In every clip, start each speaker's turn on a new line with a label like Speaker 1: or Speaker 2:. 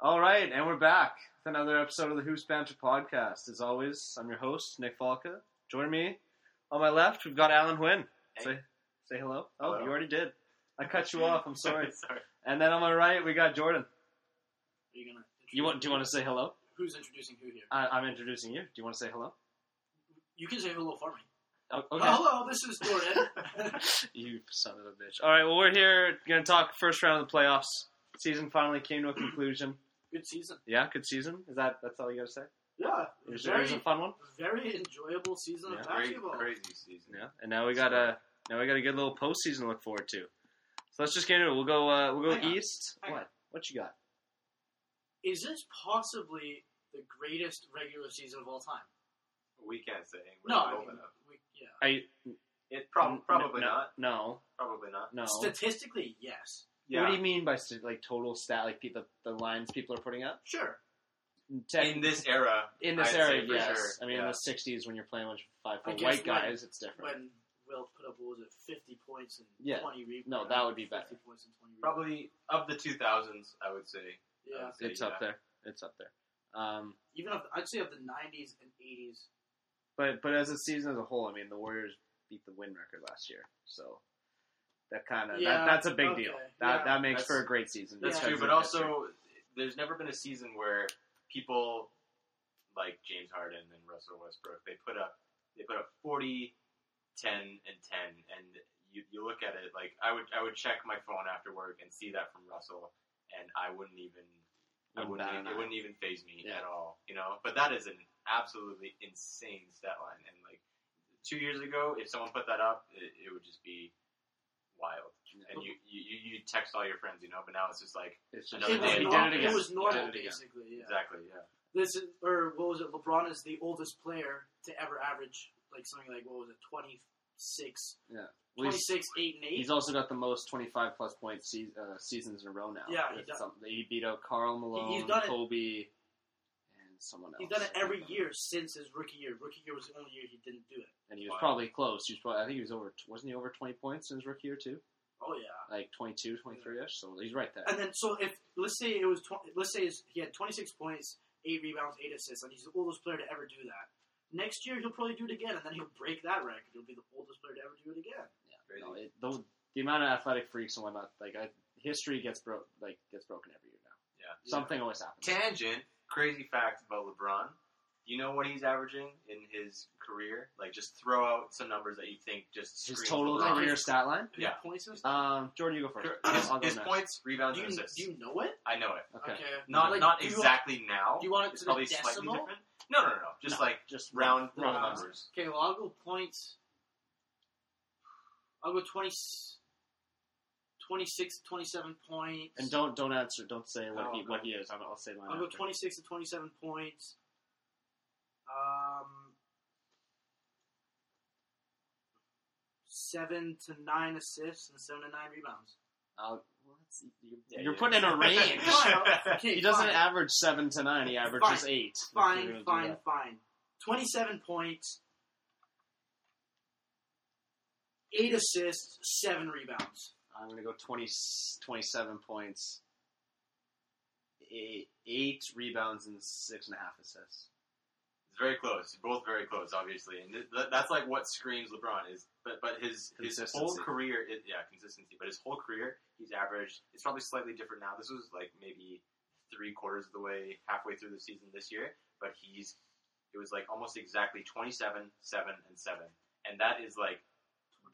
Speaker 1: All right, and we're back with another episode of the Hoops Banter podcast. As always, I'm your host Nick Falca. Join me on my left. We've got Alan Wynn.
Speaker 2: Hey.
Speaker 1: Say say hello. Oh,
Speaker 2: Hello.
Speaker 1: you already did. I cut you off. I'm sorry.
Speaker 2: sorry. Are
Speaker 1: And then on my right, we got Jordan.
Speaker 2: you gonna? Introduce
Speaker 1: You want? Do you want to say hello?
Speaker 2: Who's introducing who here?
Speaker 1: I, I'm introducing you. Do you want to say hello?
Speaker 2: You can say hello for me.
Speaker 1: Oh,
Speaker 2: Hello, this is Jordan.
Speaker 1: you son of a bitch. All right, well, we're here going to talk first round of the playoffs. Season finally came to a conclusion.
Speaker 2: Good season.
Speaker 1: Yeah, good season. Is that that's all you got to say?
Speaker 2: Yeah,
Speaker 1: It was, it
Speaker 2: very,
Speaker 1: was a fun one.
Speaker 2: very enjoyable season
Speaker 1: Yeah.
Speaker 2: of
Speaker 3: Great,
Speaker 2: basketball.
Speaker 3: crazy season.
Speaker 1: Yeah, and now we got a now we got a good little postseason to look forward to. So let's just get into it. We'll go uh, we'll go
Speaker 2: Hang on.
Speaker 1: east.
Speaker 2: Hang
Speaker 1: What what you got?
Speaker 2: Is this possibly the greatest regular season of all time?
Speaker 3: We can't say. We're
Speaker 2: No,
Speaker 3: not
Speaker 2: I
Speaker 3: old
Speaker 2: mean,
Speaker 3: enough.
Speaker 2: we, yeah.
Speaker 1: Are you,
Speaker 3: It prob-
Speaker 1: n-
Speaker 3: probably
Speaker 1: no,
Speaker 3: not.
Speaker 1: No,
Speaker 3: Probably not.
Speaker 1: no.
Speaker 2: Statistically, yes.
Speaker 3: Yeah.
Speaker 1: What do you mean by st- like total stat? Like people, the lines people are putting up
Speaker 2: Sure.
Speaker 1: Tech-
Speaker 3: in this era,
Speaker 1: in this
Speaker 3: I'd
Speaker 1: era?
Speaker 3: say for
Speaker 1: Yes,
Speaker 3: sure,
Speaker 1: I mean in
Speaker 3: yeah.
Speaker 1: the '60s when you're playing with five
Speaker 2: I
Speaker 1: foot
Speaker 2: guess
Speaker 1: white
Speaker 2: when-
Speaker 1: guys, it's different.
Speaker 2: When Will put up, what was it, 50 points and
Speaker 1: Yeah.
Speaker 2: 20 rebounds?
Speaker 1: No, that would be
Speaker 2: 50
Speaker 1: better.
Speaker 2: points and 20 rebounds.
Speaker 3: probably of the 2000s, I would say. I
Speaker 2: Yeah.
Speaker 3: would say,
Speaker 1: it's up there.
Speaker 3: yeah.
Speaker 1: It's up there. Um,
Speaker 2: Even of, I'd say of the 90s and 80s.
Speaker 1: But but as a season as a whole, I mean, the Warriors beat the win record last year, so that kind of
Speaker 2: Yeah,
Speaker 1: that, that's a big
Speaker 2: okay,
Speaker 1: deal. That
Speaker 2: yeah.
Speaker 1: that makes
Speaker 3: That's-
Speaker 1: for a great season.
Speaker 3: That's
Speaker 2: Yeah.
Speaker 3: true,
Speaker 1: because
Speaker 3: but
Speaker 1: of history.
Speaker 3: also there's never been a season where people like James Harden and Russell Westbrook they put up they put up 40, 10, and 10, and you, you look at it like I would I would check my phone after work and see that from Russell, and I wouldn't even I
Speaker 1: Wouldn't
Speaker 3: wouldn't
Speaker 1: bat an
Speaker 3: even,
Speaker 1: eye.
Speaker 3: it wouldn't even phase me
Speaker 1: Yeah.
Speaker 3: at all, you know. But that is an absolutely insane stat line, and like two years ago, if someone put that up, it, it would just be wild. And you, you you you text all your friends, you know. But now it's just like
Speaker 1: it's
Speaker 3: another
Speaker 2: it, was
Speaker 3: day. He did it
Speaker 2: normal,
Speaker 3: again.
Speaker 2: was
Speaker 1: He
Speaker 2: normal,
Speaker 1: did it again.
Speaker 2: basically. Yeah.
Speaker 3: exactly yeah.
Speaker 2: This is, or what was it? LeBron is the oldest player to ever average like something like what was it, 26,
Speaker 1: Well, he's-
Speaker 2: 26 8 and 8.
Speaker 1: He's also got the most 25 plus point se- uh, seasons in a row now.
Speaker 2: Yeah, he
Speaker 1: With
Speaker 2: does.
Speaker 1: some- he beat out Carl Malone,
Speaker 2: done it-
Speaker 1: Kobe, and someone else.
Speaker 2: He's done it every year since his rookie year. Rookie year was the only year he didn't do it.
Speaker 1: and he was
Speaker 3: Wow.
Speaker 1: probably close. He was probably, I think he was over. Wasn't he over 20 points in his rookie year too?
Speaker 2: Oh yeah.
Speaker 1: Like 22, 23 ish. So he's right there.
Speaker 2: And then so if let's say it was tw- let's say his- he had 26 points, 8 rebounds, 8 assists and he's the oldest player to ever do that. Next year he'll probably do it again and then he'll break that record. He'll be the oldest player to ever do it again.
Speaker 3: Crazy.
Speaker 1: No, it, the, the amount of athletic freaks and whatnot, like I, history gets broke, like gets broken every year now.
Speaker 3: Yeah.
Speaker 1: Something always happens.
Speaker 3: Tangent, crazy fact about LeBron. Do you know what he's averaging in his career? Like, just throw out some numbers that you think just
Speaker 1: His
Speaker 3: scream
Speaker 1: total
Speaker 3: LeBron.
Speaker 1: career stat line.
Speaker 3: Yeah.
Speaker 2: Points and stuff.
Speaker 1: Um, Jordan, you go first.
Speaker 3: His,
Speaker 1: I'll go
Speaker 3: his
Speaker 1: next.
Speaker 3: points, rebounds,
Speaker 2: Do you,
Speaker 3: and assists.
Speaker 2: do you know it?
Speaker 3: I know it.
Speaker 1: Okay.
Speaker 3: Not
Speaker 2: Like,
Speaker 3: not
Speaker 2: do you-
Speaker 3: exactly now.
Speaker 2: Do you want it
Speaker 3: it's
Speaker 2: to the
Speaker 3: probably slightly
Speaker 2: decimal?
Speaker 3: different. No, no, no, no. Just
Speaker 1: No.
Speaker 3: like
Speaker 1: Just
Speaker 3: round
Speaker 1: round
Speaker 3: round
Speaker 1: numbers.
Speaker 3: numbers.
Speaker 2: Okay, well, I'll go points. I'll go 20, 26, 27 points.
Speaker 1: And don't don't answer. Don't say what
Speaker 3: Oh,
Speaker 1: he what
Speaker 3: okay.
Speaker 1: he is. I'll, I'll say mine.
Speaker 2: I'll go
Speaker 1: after.
Speaker 2: 26 to 27 points. Um, seven to nine assists and seven to nine rebounds.
Speaker 1: I'll, well, that's, you're
Speaker 3: Yeah,
Speaker 1: you're
Speaker 3: yeah.
Speaker 1: putting in a range.
Speaker 3: Fine.
Speaker 2: Okay,
Speaker 1: he doesn't
Speaker 2: fine.
Speaker 1: average seven to nine. He averages
Speaker 2: Fine.
Speaker 1: eight. if you're gonna
Speaker 2: Fine,
Speaker 1: do
Speaker 2: fine,
Speaker 1: that.
Speaker 2: fine. 27 points, 8 assists, 7 rebounds.
Speaker 1: I'm gonna go 20, 27 points, eight, eight rebounds and six and a half assists.
Speaker 3: It's very close. Both very close, obviously, and th- th- that's like what screams LeBron is. But but his his whole
Speaker 1: Consistency.
Speaker 3: career, it, yeah, consistency. But his whole career, he's averaged. It's probably slightly different now. This was like maybe three quarters of the way, halfway through the season this year. But he's it was like almost exactly twenty seven, seven, and seven, and that is like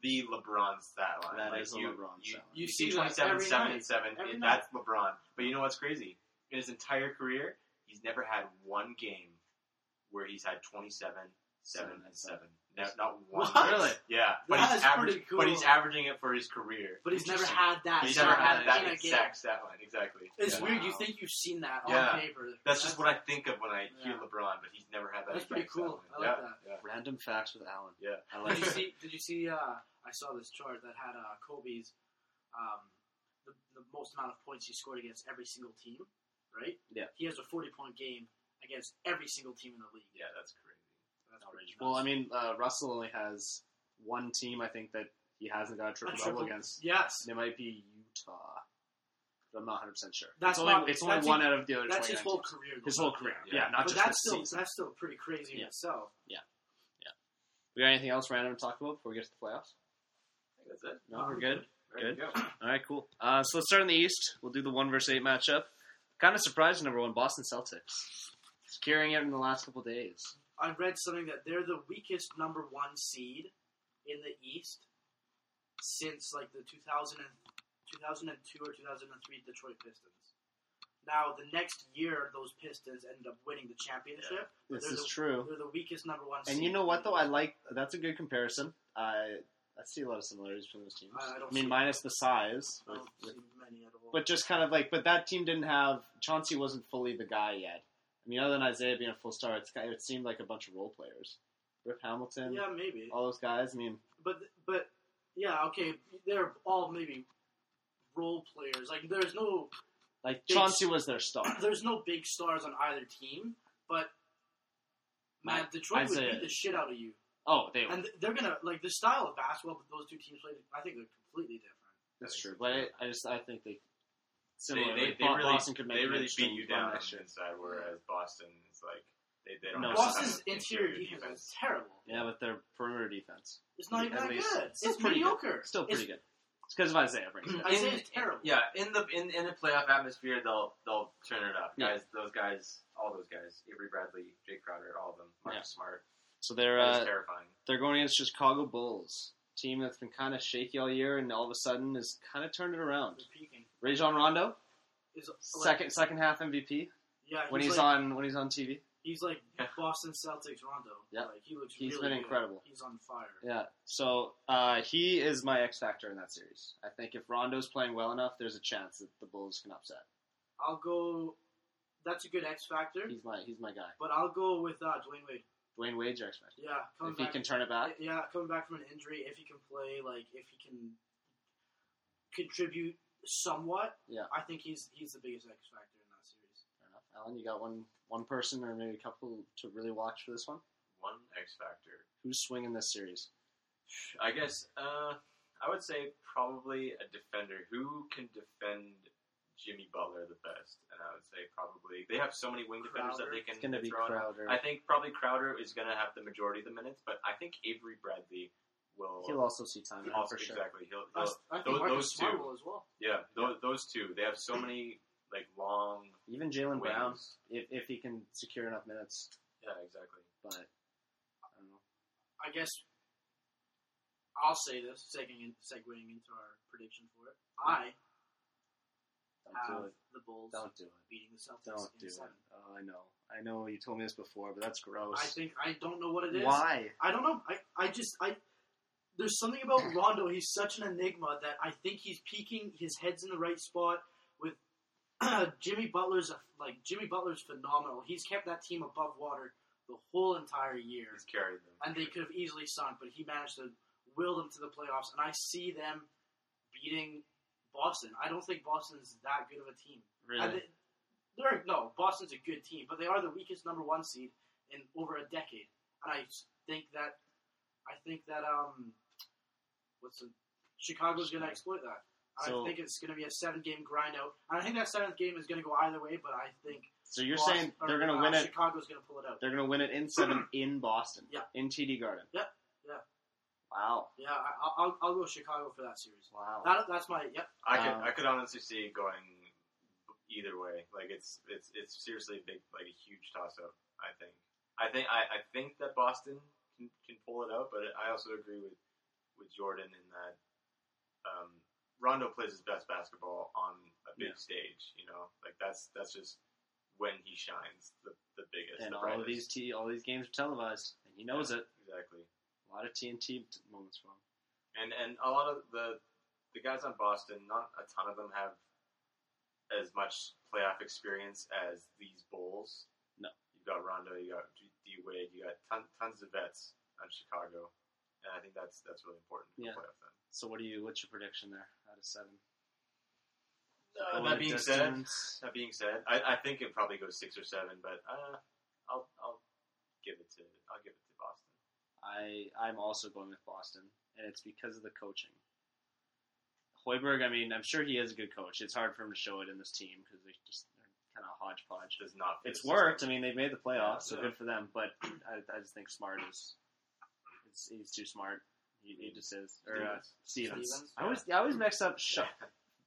Speaker 3: the LeBron stat line.
Speaker 1: That
Speaker 3: like
Speaker 1: is a
Speaker 3: you,
Speaker 1: LeBron
Speaker 3: you,
Speaker 1: stat line.
Speaker 3: You,
Speaker 2: You see
Speaker 3: see
Speaker 2: that
Speaker 3: twenty seven,
Speaker 2: every
Speaker 3: seven,
Speaker 2: night.
Speaker 3: and seven.
Speaker 2: Every
Speaker 3: and
Speaker 2: night.
Speaker 3: that's LeBron. But you know what's crazy? In his entire career, he's never had one game where he's had 27, 7,
Speaker 1: Seven,
Speaker 3: and 7.
Speaker 1: seven.
Speaker 3: No, not
Speaker 2: What?
Speaker 3: one.
Speaker 1: Really?
Speaker 3: Yeah, but
Speaker 2: That
Speaker 3: he's,
Speaker 2: is pretty
Speaker 3: averaging,
Speaker 2: cool.
Speaker 3: but he's averaging it for his career.
Speaker 2: But he's never
Speaker 1: Interesting.
Speaker 2: had that.
Speaker 3: he's
Speaker 2: stat
Speaker 3: never had
Speaker 2: line
Speaker 3: that
Speaker 2: in a game.
Speaker 3: exact stat line. Exactly.
Speaker 2: It's
Speaker 3: Yeah.
Speaker 2: weird. You
Speaker 1: Wow.
Speaker 2: think you've seen that
Speaker 3: Yeah.
Speaker 2: on paper.
Speaker 3: That's just what I think of when I hear
Speaker 2: Yeah.
Speaker 3: LeBron, but he's never had that.
Speaker 2: That's pretty
Speaker 3: exact
Speaker 2: cool.
Speaker 3: stat
Speaker 2: I
Speaker 3: line.
Speaker 2: like
Speaker 3: yeah.
Speaker 1: Random facts with Alan.
Speaker 3: Yeah.
Speaker 1: I
Speaker 2: Did
Speaker 1: like
Speaker 2: you
Speaker 1: it.
Speaker 2: see? Did you see? Uh, I saw this chart that had uh, Kobe's um, the, the most amount of points he scored against every single team. Right.
Speaker 1: Yeah.
Speaker 2: He has a forty-point game against every single team in the league.
Speaker 3: Yeah, that's crazy.
Speaker 2: That's pretty
Speaker 1: Well, I
Speaker 2: nuts.
Speaker 1: mean, uh, Russell only has one team. I think that he hasn't got a triple double
Speaker 2: triple.
Speaker 1: against.
Speaker 2: yes.
Speaker 1: It might be Utah. but I'm not 100 percent sure.
Speaker 2: That's
Speaker 1: it's only
Speaker 2: not-
Speaker 1: it's only
Speaker 2: that's
Speaker 1: one out of the other.
Speaker 2: That's his
Speaker 1: 29
Speaker 2: whole
Speaker 1: teams.
Speaker 2: career.
Speaker 1: His
Speaker 2: though.
Speaker 1: whole career.
Speaker 3: Yeah.
Speaker 1: Yeah, not
Speaker 2: but
Speaker 1: just
Speaker 2: that's
Speaker 1: this
Speaker 2: still
Speaker 1: season.
Speaker 2: that's still pretty crazy in
Speaker 1: Yeah.
Speaker 2: itself.
Speaker 1: We got anything else random to talk about before we get to the playoffs?
Speaker 3: think that's it.
Speaker 1: No, we're good.
Speaker 3: Ready to go.
Speaker 1: All right, cool. Uh, so let's start in the East. We'll do the one versus eight matchup. Kind of surprised number one, Boston Celtics, securing it in the last couple days.
Speaker 2: I read something that they're the weakest number one seed in the East since like the 2000 and, 2002 or 2003 Detroit Pistons. Now the next year, those Pistons ended up winning the championship.
Speaker 1: This
Speaker 2: They're
Speaker 1: is
Speaker 2: the-
Speaker 1: true.
Speaker 2: They're the weakest number one.
Speaker 1: And
Speaker 2: seed
Speaker 1: you know what
Speaker 2: in the
Speaker 1: though? I
Speaker 2: East.
Speaker 1: like that's a good comparison. I I see a lot of similarities between those teams.
Speaker 2: I- I don't
Speaker 1: mean,
Speaker 2: see-
Speaker 1: minus the size,
Speaker 2: I
Speaker 1: with-
Speaker 2: don't
Speaker 1: with
Speaker 2: see many at all.
Speaker 1: but just kind of like, but that team didn't have Chauncey wasn't fully the guy yet. I mean, other than Isaiah being a full star, it's, it seemed like a bunch of role players. Rip Hamilton,
Speaker 2: yeah, maybe.
Speaker 1: all those guys. I mean,
Speaker 2: But but yeah, okay. They're all maybe role players. Like there's no
Speaker 1: like
Speaker 2: Big-
Speaker 1: Chauncey was their star.
Speaker 2: there's no big stars on either team. But man, Detroit
Speaker 1: Isaiah.
Speaker 2: would beat the shit out of you.
Speaker 1: Oh, they were.
Speaker 2: And th- they're gonna like the style of basketball that those two teams play. I think they're completely different.
Speaker 1: That's true. But I, I just I think they similar.
Speaker 3: They,
Speaker 1: like,
Speaker 3: they, they
Speaker 1: Bo-
Speaker 3: really,
Speaker 1: Boston could make
Speaker 3: they
Speaker 1: an
Speaker 3: really beat
Speaker 1: interesting
Speaker 3: you
Speaker 1: run
Speaker 3: down
Speaker 1: next year.
Speaker 3: inside, whereas Boston is like they, they don't.
Speaker 1: No,
Speaker 3: have
Speaker 2: Boston's
Speaker 3: some
Speaker 2: interior defense, is terrible.
Speaker 1: Yeah, with their perimeter defense,
Speaker 2: It's not even
Speaker 1: At
Speaker 2: that
Speaker 1: least-
Speaker 2: good.
Speaker 1: still
Speaker 2: It's
Speaker 1: pretty good.
Speaker 2: mediocre.
Speaker 1: still pretty
Speaker 2: It's-
Speaker 1: good. It's because of Isaiah. Brings it.
Speaker 3: I-
Speaker 2: Isaiah's terrible.
Speaker 3: Yeah, in the in, in the playoff atmosphere, they'll they'll turn it up.
Speaker 1: Yeah.
Speaker 3: Guys, those guys, all those guys, Avery Bradley, Jake Crowder, all of them, Mark
Speaker 1: Yeah.
Speaker 3: Smart,
Speaker 1: so they're
Speaker 3: that
Speaker 1: uh,
Speaker 3: was terrifying.
Speaker 1: they're going against Chicago Bulls, team that's been kind of shaky all year, and all of a sudden has kind of turned it around.
Speaker 2: They're peaking.
Speaker 1: Rajon Rondo,
Speaker 2: Is like-
Speaker 1: second second half MVP
Speaker 2: Yeah,
Speaker 1: when he's
Speaker 2: like,
Speaker 1: on when he's on TV.
Speaker 2: He's like
Speaker 3: Yeah.
Speaker 2: Boston Celtics Rondo.
Speaker 1: Yeah.
Speaker 2: like, he looks.
Speaker 1: He's
Speaker 2: really
Speaker 1: been
Speaker 2: good.
Speaker 1: incredible.
Speaker 2: He's on fire.
Speaker 1: Yeah, so uh, he is my X factor in that series. I think if Rondo's playing well enough, there's a chance that the Bulls can upset.
Speaker 2: I'll go. That's a good X factor,
Speaker 1: He's my he's my guy.
Speaker 2: but I'll go with uh, Dwayne Wade.
Speaker 1: Dwayne Wade's your X factor.
Speaker 2: Yeah,
Speaker 3: Oh,
Speaker 2: coming
Speaker 1: If he
Speaker 2: back.
Speaker 1: can turn it back,
Speaker 2: yeah, coming back from an injury, if he can play, like if he can contribute somewhat,
Speaker 1: Yeah.
Speaker 2: I think he's he's the biggest X factor in that series.
Speaker 1: fair enough. Alan, you got one one person or maybe a couple to really watch for this one.
Speaker 3: One X Factor.
Speaker 1: Who's swinging this series?
Speaker 3: I guess uh, I would say probably a defender who can defend Jimmy Butler the best, and I would say probably they have so many wing defenders that
Speaker 2: Crowder.
Speaker 3: they can
Speaker 1: It's going to be
Speaker 3: throw in.
Speaker 1: Crowder.
Speaker 3: I think probably Crowder is going to have the majority of the minutes, but I think Avery Bradley will um,
Speaker 1: He'll also see time out
Speaker 3: also
Speaker 1: for sure.
Speaker 3: exactly. He'll,
Speaker 2: I,
Speaker 3: he'll
Speaker 2: s- I think
Speaker 3: those-
Speaker 2: Marcus
Speaker 3: those
Speaker 2: Smart
Speaker 3: two.
Speaker 2: will as well.
Speaker 3: yeah, those, those two. They have so many like long
Speaker 1: Even Jalen
Speaker 3: wings.
Speaker 1: Brown, if, if he can secure enough minutes,
Speaker 3: Yeah, exactly.
Speaker 1: but I don't know.
Speaker 2: I guess I'll say this, segueing, in, segueing into our prediction for it. I
Speaker 1: Don't
Speaker 2: have
Speaker 1: do it.
Speaker 2: the Bulls
Speaker 1: Don't do it.
Speaker 2: beating the Celtics
Speaker 1: Don't do
Speaker 2: in
Speaker 1: it.
Speaker 2: seven.
Speaker 1: Oh, I know. I know you told me this before, but that's gross.
Speaker 2: I think I don't know what it is.
Speaker 1: Why?
Speaker 2: I don't know. I, I just I there's something about Rondo. He's such an enigma that I think he's peaking. His head's in the right spot. With Jimmy Butler's a- like Jimmy Butler's phenomenal. He's kept that team above water the whole entire year,
Speaker 3: He's carried them.
Speaker 2: and they could have easily sunk, but he managed to will them to the playoffs. And I see them beating Boston. I don't think Boston's that good of a team.
Speaker 1: Really?
Speaker 2: And they- they're no Boston's a good team, but they are the weakest number one seed in over a decade, and I s- think that I think that um, what's the Chicago's going to exploit that. And
Speaker 1: So-
Speaker 2: I think it's going to be a seven game grind out, and I think that seventh game is going to go either way. But I think
Speaker 1: so you're
Speaker 2: Boston-
Speaker 1: saying
Speaker 2: or,
Speaker 1: they're going to
Speaker 2: uh,
Speaker 1: win it?
Speaker 2: Chicago's going to pull it out.
Speaker 1: They're going to win it in seven in Boston.
Speaker 2: Yeah.
Speaker 1: In TD Garden.
Speaker 2: Yeah, yeah.
Speaker 1: Wow.
Speaker 2: Yeah, I, I'll- I'll I'll go Chicago for that series.
Speaker 1: Wow.
Speaker 2: That, that's my yep.
Speaker 3: I could
Speaker 1: Um,
Speaker 3: I could honestly see it going either way. Like it's it's it's seriously a big like a huge toss up. I think I think I, I think that Boston can, can pull it out, but I also agree with with Jordan in that um, Rondo plays his best basketball on a
Speaker 1: Yeah.
Speaker 3: big stage. You know, like that's that's just when he shines the the biggest.
Speaker 1: and
Speaker 3: the
Speaker 1: all of these
Speaker 3: brightest.
Speaker 1: t all these games are televised, and he knows it.
Speaker 3: exactly.
Speaker 1: A lot of TNT t- moments for him.
Speaker 3: and and a lot of the the guys on Boston, not a ton of them have as much playoff experience as these Bulls.
Speaker 1: No.
Speaker 3: you've got Rondo, you got D D Wade, you got ton, tons of vets on Chicago, and I think that's that's really important for
Speaker 1: Yeah.
Speaker 3: playoff. Then.
Speaker 1: So what do you? What's your prediction there? Out of seven.
Speaker 3: Uh,
Speaker 1: Going
Speaker 3: that
Speaker 1: the
Speaker 3: being
Speaker 1: distance.
Speaker 3: said, that being said, I, I think it probably goes six or seven, but uh, I'll I'll give it to I'll give it to Boston.
Speaker 1: I I'm also going with Boston, and it's because of the coaching. Hoiberg, I mean, I'm sure he is a good coach. It's hard for him to show it in this team because they just they're kind of hodgepodge.
Speaker 3: does not. fit
Speaker 1: It's
Speaker 3: the system.
Speaker 1: worked. I mean, they've made the playoffs, so
Speaker 2: Yeah.
Speaker 1: good for them. But I, I just think Smart is, it's, he's too smart. He, he just is. Or uh, Stevens.
Speaker 2: Stevens,
Speaker 1: I always I always mix up. Sha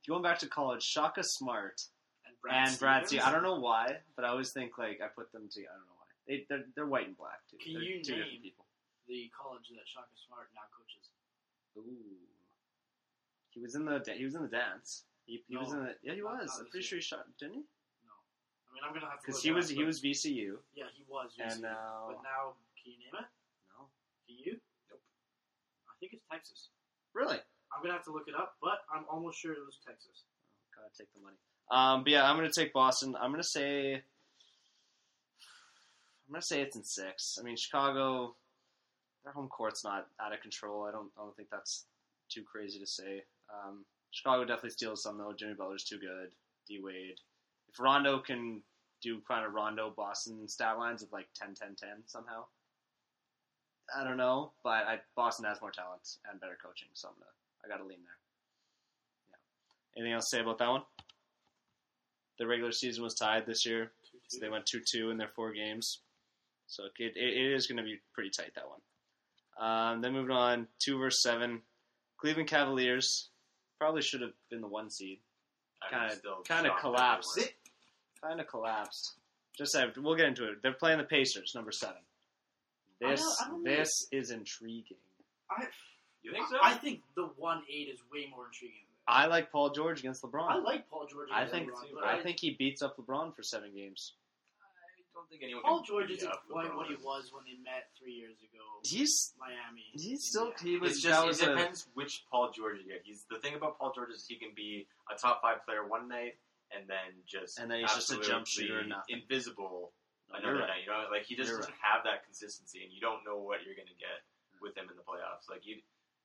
Speaker 1: Going back to college, Shaka Smart
Speaker 2: And
Speaker 1: and Brad
Speaker 2: Stevens?
Speaker 1: Stevens. I don't know why, but I always think like I put them together. I don't know why. They they're, they're white and black too.
Speaker 2: Can
Speaker 1: they're
Speaker 2: you
Speaker 1: two different
Speaker 2: name-
Speaker 1: people.
Speaker 2: The college that Shaka Smart now coaches.
Speaker 1: Ooh. He was in the da- he was in the dance. He, he was
Speaker 2: No.
Speaker 1: in the yeah he
Speaker 2: Not-
Speaker 1: was.
Speaker 2: not
Speaker 1: I'm pretty
Speaker 2: this year.
Speaker 1: sure he shot didn't he?
Speaker 2: No, I mean I'm gonna have to.
Speaker 1: Because
Speaker 2: look
Speaker 1: he
Speaker 2: it
Speaker 1: was
Speaker 2: up,
Speaker 1: he
Speaker 2: but-
Speaker 1: was VCU
Speaker 2: Yeah, he was.
Speaker 1: and
Speaker 2: recently.
Speaker 1: now
Speaker 2: but now, can you name it?
Speaker 1: no
Speaker 2: Can you?
Speaker 3: Nope.
Speaker 2: I think it's Texas.
Speaker 1: really
Speaker 2: I'm gonna have to look it up, but I'm almost sure it was Texas.
Speaker 1: gotta take the money. Um, but yeah, I'm gonna take Boston. I'm gonna say I'm gonna say it's in six. I mean Chicago, their home court's not out of control. I don't I don't think that's too crazy to say. Um, Chicago definitely steals some though. Jimmy Butler's too good. D Wade. If Rondo can do kind of Rondo Boston stat lines of like 10, 10, 10 somehow. I don't know, but I, Boston has more talent and better coaching, so I'm gonna I gotta lean there. Anything else to say about that one? The regular season was tied this year,
Speaker 2: Two,
Speaker 1: so
Speaker 2: two.
Speaker 1: they went two two in their four games. So it, it, it is going to be pretty tight that one. Um, then moving on two versus seven, Cleveland Cavaliers probably should have been the one seed.
Speaker 3: I'm
Speaker 1: kinda-
Speaker 3: still
Speaker 1: kinda
Speaker 3: shocked that they
Speaker 1: collapsed.
Speaker 3: weren't.
Speaker 1: Kind of collapsed. Just said we'll get into it. They're playing the Pacers, number seven.
Speaker 2: I
Speaker 1: This
Speaker 2: don't- I don't
Speaker 1: this is intriguing.
Speaker 2: I,
Speaker 3: You think so?
Speaker 2: I think the one eight is way more intriguing. Than that.
Speaker 1: I like Paul George against LeBron.
Speaker 2: I like Paul George.
Speaker 1: I
Speaker 2: and
Speaker 1: think
Speaker 2: LeBron, but
Speaker 1: I think he beats up LeBron for seven games.
Speaker 3: I don't think anyone.
Speaker 2: Paul
Speaker 3: can
Speaker 2: George
Speaker 3: beat
Speaker 2: isn't
Speaker 3: up
Speaker 2: quite
Speaker 3: LeBron.
Speaker 2: what he was when they met three years ago.
Speaker 1: He's
Speaker 2: Miami.
Speaker 1: he's still
Speaker 2: Indiana.
Speaker 1: he was
Speaker 3: It's
Speaker 1: that
Speaker 3: just
Speaker 1: was
Speaker 3: it
Speaker 1: a-
Speaker 3: depends which Paul George you get. He's the thing about Paul George is he can be a top five player one night and then just
Speaker 1: And then he's just a jump
Speaker 3: absolutely
Speaker 1: shooter and nothing.
Speaker 3: invisible
Speaker 1: No, you're
Speaker 3: another
Speaker 1: right.
Speaker 3: night. You know, like he just
Speaker 1: You're Mm.
Speaker 3: doesn't have that consistency, and you don't know what you're going to get with him in the playoffs. Like you,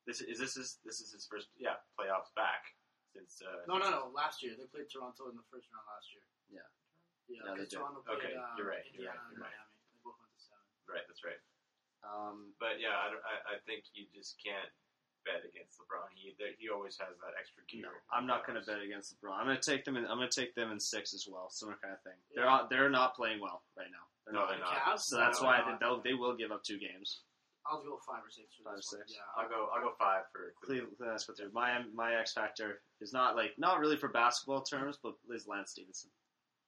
Speaker 3: this is this is this is his first yeah playoffs back since uh,
Speaker 2: No, no, no. Last year they played Toronto in the first round last year.
Speaker 1: Yeah.
Speaker 2: Yeah,
Speaker 1: Yeah, they
Speaker 2: because
Speaker 1: did.
Speaker 2: Toronto played
Speaker 3: Okay,
Speaker 2: uh,
Speaker 3: you're right, you're
Speaker 2: Indiana
Speaker 3: right,
Speaker 2: and
Speaker 3: you're right.
Speaker 2: Miami. They both went to seven.
Speaker 3: right that's right.
Speaker 1: Um,
Speaker 3: But yeah, I, don't, I, I think you just can't bet against LeBron. He there- he always has that extra gear.
Speaker 1: no,
Speaker 3: in the
Speaker 1: I'm not going to
Speaker 3: playoffs.
Speaker 1: bet against LeBron. I'm going to take them. In, I'm going to take them in six as well. Similar kind of thing. They're
Speaker 2: Yeah.
Speaker 1: not, they're not playing well right now. They're
Speaker 3: No,
Speaker 1: not.
Speaker 3: they're
Speaker 2: The
Speaker 3: not.
Speaker 2: Cavs?
Speaker 1: So that's
Speaker 3: No,
Speaker 1: why
Speaker 2: they're
Speaker 1: they,
Speaker 2: not.
Speaker 1: they'll, they will give up two games.
Speaker 2: I'll go five or six. For
Speaker 1: Five
Speaker 2: this
Speaker 1: or
Speaker 2: one.
Speaker 1: six.
Speaker 2: Yeah,
Speaker 3: I'll go. I'll go five for Cleveland.
Speaker 1: Cleveland, that's what they're. My my X factor is not like not really for basketball terms, but is Lance Stevenson.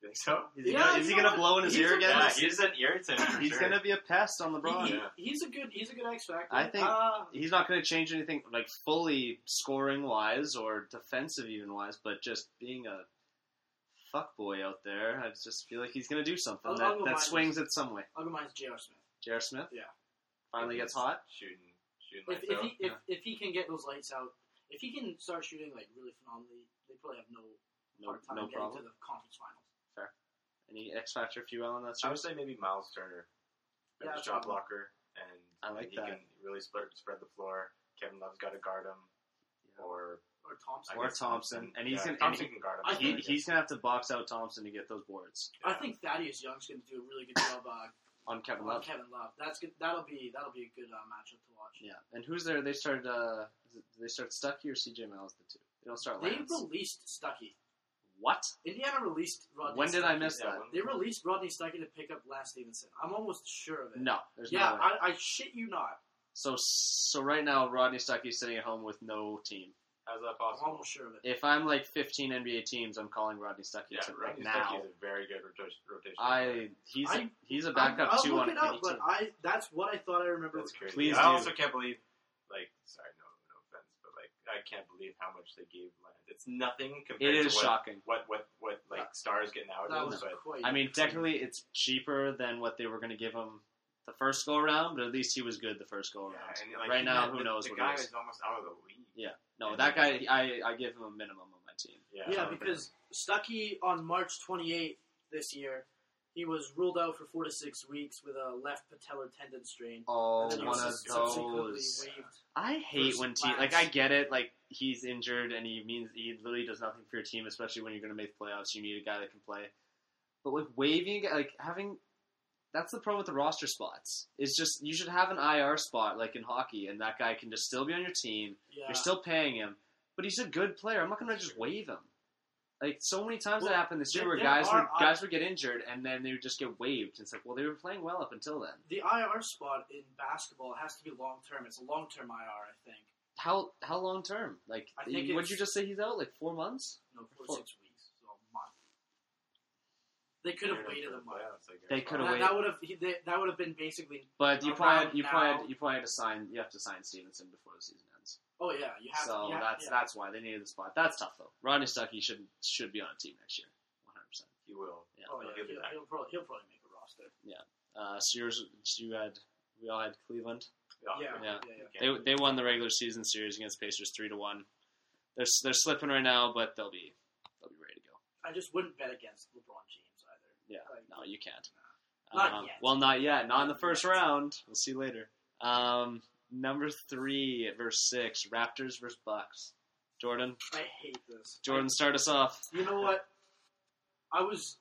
Speaker 3: You think so?
Speaker 1: Is he
Speaker 2: Yeah,
Speaker 1: gonna, is
Speaker 2: you
Speaker 1: he
Speaker 2: know
Speaker 1: going to
Speaker 2: what?
Speaker 1: blow in his
Speaker 2: He's
Speaker 1: ear
Speaker 2: a
Speaker 1: again?
Speaker 3: Yeah,
Speaker 2: Yes.
Speaker 3: he's an irritant. For
Speaker 1: he's
Speaker 3: sure.
Speaker 1: going to be a pest on LeBron.
Speaker 2: He- he-
Speaker 3: yeah.
Speaker 2: he's a good he's a good X factor.
Speaker 1: I think-
Speaker 3: Ah,
Speaker 2: Uh,
Speaker 1: he's not going to change anything like fully scoring wise or defensive even wise, but just being a fuckboy out there, I just feel like he's going to do something
Speaker 2: I'll- I'll
Speaker 1: that,
Speaker 2: go
Speaker 1: that
Speaker 2: minus.
Speaker 1: swings it some way.
Speaker 2: I'll go minus J.R. Smith.
Speaker 1: J.R. Smith,
Speaker 2: Yeah.
Speaker 1: finally gets hot.
Speaker 3: shooting, shooting
Speaker 2: If,
Speaker 3: lights
Speaker 2: if
Speaker 3: out.
Speaker 2: he if, if he can get those lights out, if he can start shooting like really phenomenally, they probably have no
Speaker 1: No,
Speaker 2: hard time
Speaker 1: no
Speaker 2: getting
Speaker 1: problem.
Speaker 2: to the conference finals.
Speaker 1: Any X factor for you, Alan? That's
Speaker 3: I would
Speaker 1: yours.
Speaker 3: say maybe Miles Turner,
Speaker 2: Yeah,
Speaker 3: yeah,
Speaker 2: that's
Speaker 3: shot
Speaker 2: probably-
Speaker 3: blocker, and
Speaker 1: I like
Speaker 3: he
Speaker 1: that.
Speaker 3: can really spread spread the floor. Kevin Love's got to guard him, or
Speaker 2: Or
Speaker 3: I
Speaker 2: Thompson.
Speaker 1: Or
Speaker 3: guess
Speaker 1: Thompson, and he's
Speaker 3: yeah,
Speaker 1: gonna-
Speaker 3: Thompson can guard him.
Speaker 2: I
Speaker 3: so
Speaker 1: He,
Speaker 2: think-
Speaker 1: he's gonna have to box out Thompson to get those boards
Speaker 2: I think Thaddeus Young's going to do a really good job uh,
Speaker 1: on Kevin
Speaker 2: on
Speaker 1: Love.
Speaker 2: Kevin Love. That's good. That'll be that'll be a good uh, matchup to watch.
Speaker 1: Yeah, and who's there? They started. Uh, is it- they start Stuckey or C.J. Miles the two. They don't start
Speaker 2: They
Speaker 1: Lance.
Speaker 2: released Stuckey.
Speaker 1: What?
Speaker 2: Indiana released Rodney.
Speaker 1: When did I
Speaker 2: Stuckey.
Speaker 1: miss
Speaker 3: Yeah,
Speaker 1: that?
Speaker 3: when-
Speaker 2: They released Rodney Stuckey to pick up Lance Stevenson. I'm almost sure of it.
Speaker 1: No, there's
Speaker 2: yeah,
Speaker 1: no way.
Speaker 2: I, I shit you not.
Speaker 1: So so right now Rodney Stuckey's sitting at home with no team.
Speaker 3: How's that
Speaker 2: I'm
Speaker 3: possible?
Speaker 2: almost sure of it.
Speaker 1: If I'm like 15 NBA teams, I'm calling Rodney Stuckey
Speaker 3: Yeah,
Speaker 1: to
Speaker 3: Rodney
Speaker 1: now.
Speaker 3: Stuckey's a very good rotation. rotation
Speaker 1: I he's
Speaker 2: I-
Speaker 1: he's a backup
Speaker 2: I'll, I'll
Speaker 1: two
Speaker 2: look
Speaker 1: on
Speaker 2: it
Speaker 1: any
Speaker 2: up,
Speaker 1: team.
Speaker 2: but I that's what I thought I remember.
Speaker 3: That's crazy.
Speaker 1: Please
Speaker 3: I
Speaker 1: do.
Speaker 3: also can't believe, like, sorry, no, no offense, but like, I can't believe how much they gave Lance. It's nothing
Speaker 1: It
Speaker 3: compared
Speaker 1: is
Speaker 3: to what,
Speaker 1: shocking.
Speaker 3: what what what like stars get
Speaker 2: That
Speaker 3: nowadays.
Speaker 2: was
Speaker 3: But
Speaker 2: quite.
Speaker 1: I mean, technically it's cheaper than what they were going to give him the first go around, but at least he was good the first
Speaker 2: Oh,
Speaker 1: go around.
Speaker 3: yeah, and, like,
Speaker 1: right
Speaker 3: he
Speaker 1: now,
Speaker 3: had-
Speaker 1: who
Speaker 3: the,
Speaker 1: knows
Speaker 3: The
Speaker 1: what
Speaker 3: guy
Speaker 1: it is?
Speaker 3: is almost out of the league.
Speaker 1: No, that guy I I give him a minimum on my team.
Speaker 3: Yeah,
Speaker 2: yeah, because Stuckey on March 28th this year, he was ruled out for four to six weeks with a left patellar tendon strain.
Speaker 1: Oh,
Speaker 2: and then he
Speaker 1: one
Speaker 2: was
Speaker 1: of
Speaker 3: just
Speaker 2: subsequently
Speaker 1: those.
Speaker 2: waived.
Speaker 1: I hate
Speaker 2: First
Speaker 1: when team
Speaker 2: class.
Speaker 1: like I get it, like he's injured and he means he literally does nothing for your team, especially when you're gonna make the playoffs, you need a guy that can play. But like waving like having that's the problem with the roster spots. It's just you should have an IR spot like in hockey and that guy can just still be on your team.
Speaker 2: Yeah.
Speaker 1: You're still paying him. But he's a good player. I'm not going to just waive him. Like so many times
Speaker 2: Well,
Speaker 1: that happened this year,
Speaker 2: there-
Speaker 1: where
Speaker 2: there
Speaker 1: guys
Speaker 2: are
Speaker 1: would
Speaker 2: op-
Speaker 1: guys would get injured and then they would just get waived. It's like, well, they were playing well up until then.
Speaker 2: The IR spot in basketball has to be long term. It's a long term IR, I think.
Speaker 1: How how long term? Like,
Speaker 2: I think
Speaker 1: would
Speaker 2: it's-
Speaker 1: you just say he's out like four months?
Speaker 2: No, four,
Speaker 1: Four.
Speaker 2: six weeks, so a month. They could have waited a month.
Speaker 1: They could have
Speaker 2: That,
Speaker 1: waited.
Speaker 2: that would have he- they- that would have been basically.
Speaker 1: But you
Speaker 2: Around
Speaker 1: probably had- you
Speaker 2: now.
Speaker 1: probably had- you probably had to sign you have to sign Stevenson before the season ends.
Speaker 2: Oh yeah, you have.
Speaker 1: so
Speaker 2: to, yeah,
Speaker 1: that's
Speaker 2: yeah.
Speaker 1: that's why they needed the spot. That's tough though. Rodney Stuckey should should be on a team next year, 100. percent
Speaker 3: He will.
Speaker 1: Yeah.
Speaker 2: Oh yeah,
Speaker 3: He'll
Speaker 2: he'll,
Speaker 3: be back.
Speaker 2: he'll probably he'll probably make a roster.
Speaker 1: Uh, so yours, so you had we all had Cleveland.
Speaker 2: Yeah,
Speaker 1: Yeah.
Speaker 2: yeah, yeah.
Speaker 1: They they won the regular season series against Pacers three to one. They're they're slipping right now, but they'll be they'll be ready to go.
Speaker 2: I just wouldn't bet against LeBron James either.
Speaker 1: Yeah.
Speaker 2: Like,
Speaker 1: No, you can't. Um,
Speaker 2: Not yet.
Speaker 1: Well, not yet. Not in the first
Speaker 2: Not yet.
Speaker 1: round. We'll see later. Um, number three versus six. Raptors versus Bucks. Jordan.
Speaker 2: I hate this.
Speaker 1: Jordan, start us off.
Speaker 2: You know what? I was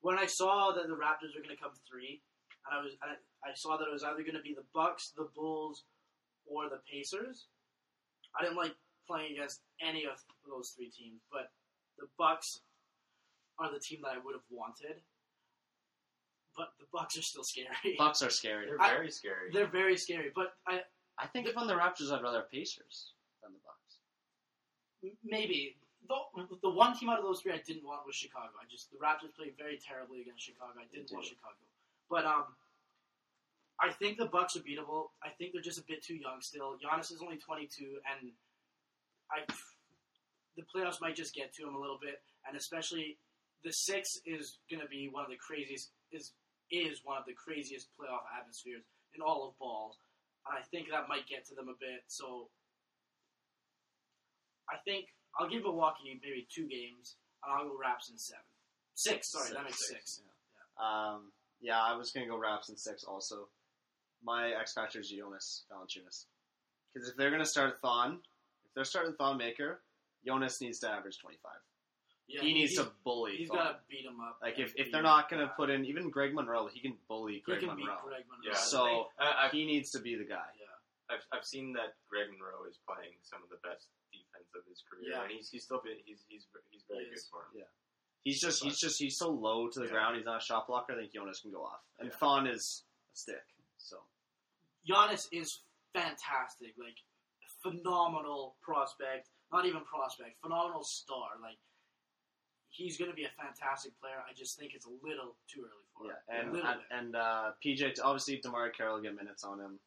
Speaker 2: when I saw that the Raptors were going to come three, and I was and I, I saw that it was either going to be the Bucks, the Bulls, or the Pacers. I didn't like playing against any of those three teams, but the Bucks are the team that I would have wanted. But the Bucks are still scary.
Speaker 1: Bucks are scary.
Speaker 3: They're
Speaker 2: I-
Speaker 3: very scary.
Speaker 2: They're very scary, but I
Speaker 1: I think from the Raptors, I'd rather have Pacers than the Bucks.
Speaker 2: Maybe. The, the one team out of those three I didn't want was Chicago. I just the Raptors played very terribly against Chicago. I didn't
Speaker 1: They
Speaker 2: want
Speaker 1: did.
Speaker 2: Chicago, but um, I think the Bucks are beatable. I think they're just a bit too young still. Giannis is only 22, and I the playoffs might just get to him a little bit, and especially the six is going to be one of the craziest is is one of the craziest playoff atmospheres in all of ball, and I think that might get to them a bit. So I think I'll give Milwaukee maybe two games, and I'll go Raps in seven, six. Sorry, that makes six.
Speaker 1: Yeah. Um, yeah, I was gonna go Raps and six also. My X factor is Jonas Valanciunas, because if they're gonna start Thon, if they're starting Thon Maker, Jonas needs to average twenty five.
Speaker 2: Yeah,
Speaker 1: he needs
Speaker 2: he's-
Speaker 1: to bully.
Speaker 2: He's
Speaker 1: Thon.
Speaker 2: got to beat him up.
Speaker 1: Like
Speaker 2: and
Speaker 1: if, if
Speaker 2: beat
Speaker 1: they're
Speaker 2: him
Speaker 1: not gonna
Speaker 2: up.
Speaker 1: put in even Greg Monroe, he can bully Greg
Speaker 2: he can
Speaker 1: Monroe.
Speaker 2: beat Greg Monroe.
Speaker 3: Yeah.
Speaker 1: So
Speaker 3: I, Uh, I've,
Speaker 1: he needs to be the guy.
Speaker 2: yeah.
Speaker 3: I've, I've seen that Greg Monroe is playing some of the best defense of his career,
Speaker 2: Yeah.
Speaker 3: and he's he's still been, he's he's he's very
Speaker 2: He
Speaker 3: good
Speaker 2: is.
Speaker 3: for him.
Speaker 1: He's just he's just he's so low to the
Speaker 3: Yeah.
Speaker 1: ground. He's not a shot blocker. I think Jonas can go off, and
Speaker 3: Yeah.
Speaker 1: Thon is a stick. So
Speaker 2: Giannis is fantastic, like phenomenal prospect. Not even prospect, phenomenal star. Like he's going to be a fantastic player. I just think it's a little too early for him.
Speaker 1: yeah, and
Speaker 2: a little
Speaker 1: and,
Speaker 2: bit.
Speaker 1: and uh, PJ obviously Demar Carroll will get minutes on him.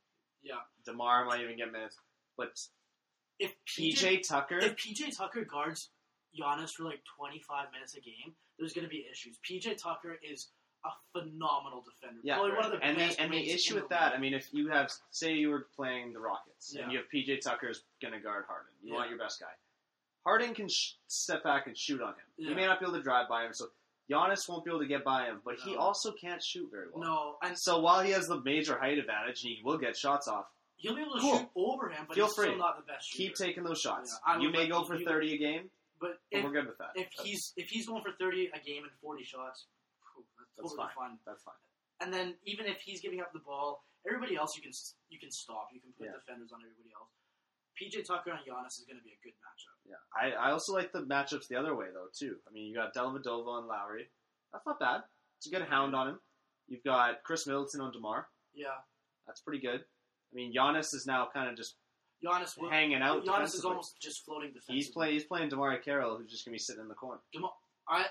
Speaker 2: yeah.
Speaker 1: Demar might even get minutes, but
Speaker 2: If PJ,
Speaker 1: PJ Tucker.
Speaker 2: if PJ Tucker guards Giannis for like 25 minutes a game, there's going to be issues. PJ Tucker is a phenomenal defender.
Speaker 1: Yeah,
Speaker 2: Probably one of the
Speaker 1: and the
Speaker 2: best
Speaker 1: and the
Speaker 2: wings
Speaker 1: issue
Speaker 2: in
Speaker 1: with
Speaker 2: the
Speaker 1: that,
Speaker 2: league.
Speaker 1: I mean, if you have, say, you were playing the Rockets, and
Speaker 2: Yeah.
Speaker 1: you have PJ Tucker's gonna guard Harden, you want
Speaker 2: Yeah.
Speaker 1: your best guy. Harden can sh- step back and shoot on him. He
Speaker 2: Yeah.
Speaker 1: may not be able to drive by him, so Giannis won't be able to get by him. But he
Speaker 2: No.
Speaker 1: also can't shoot very well.
Speaker 2: no, and
Speaker 1: So while he has the major height advantage and he will get shots off,
Speaker 2: he'll be able to
Speaker 1: Cool.
Speaker 2: shoot over him, but
Speaker 1: Feel
Speaker 2: he's
Speaker 1: free.
Speaker 2: still not the best shooter.
Speaker 1: keep taking those shots.
Speaker 2: Yeah, I
Speaker 1: you
Speaker 2: would
Speaker 1: may
Speaker 2: like
Speaker 1: go
Speaker 2: to-
Speaker 1: for
Speaker 2: you-
Speaker 1: thirty a game,
Speaker 2: but
Speaker 1: but
Speaker 2: if
Speaker 1: we're good with that.
Speaker 2: If
Speaker 1: That's-
Speaker 2: he's if he's going for thirty a game and forty shots, phew, that's,
Speaker 1: That's
Speaker 2: totally fun.
Speaker 1: that's fine.
Speaker 2: And then even if he's giving up the ball, everybody else you can s- you can stop. You can put
Speaker 1: Yeah.
Speaker 2: defenders on everybody else. PJ Tucker and Giannis is going to be a good matchup.
Speaker 1: Yeah, I, I also like the matchups the other way though too. I mean, you got Dellavedova and Lowry. That's not bad. It's a good hound on him. You've got Chris Middleton on Demar.
Speaker 2: Yeah,
Speaker 1: That's pretty good. I mean, Giannis is now kind of just
Speaker 2: Giannis. Will,
Speaker 1: hanging out.
Speaker 2: Giannis is
Speaker 1: defensively.
Speaker 2: almost just floating defensively.
Speaker 1: He's playing. He's playing Demar Carroll, who's just gonna be sitting in the corner.
Speaker 2: Dema- I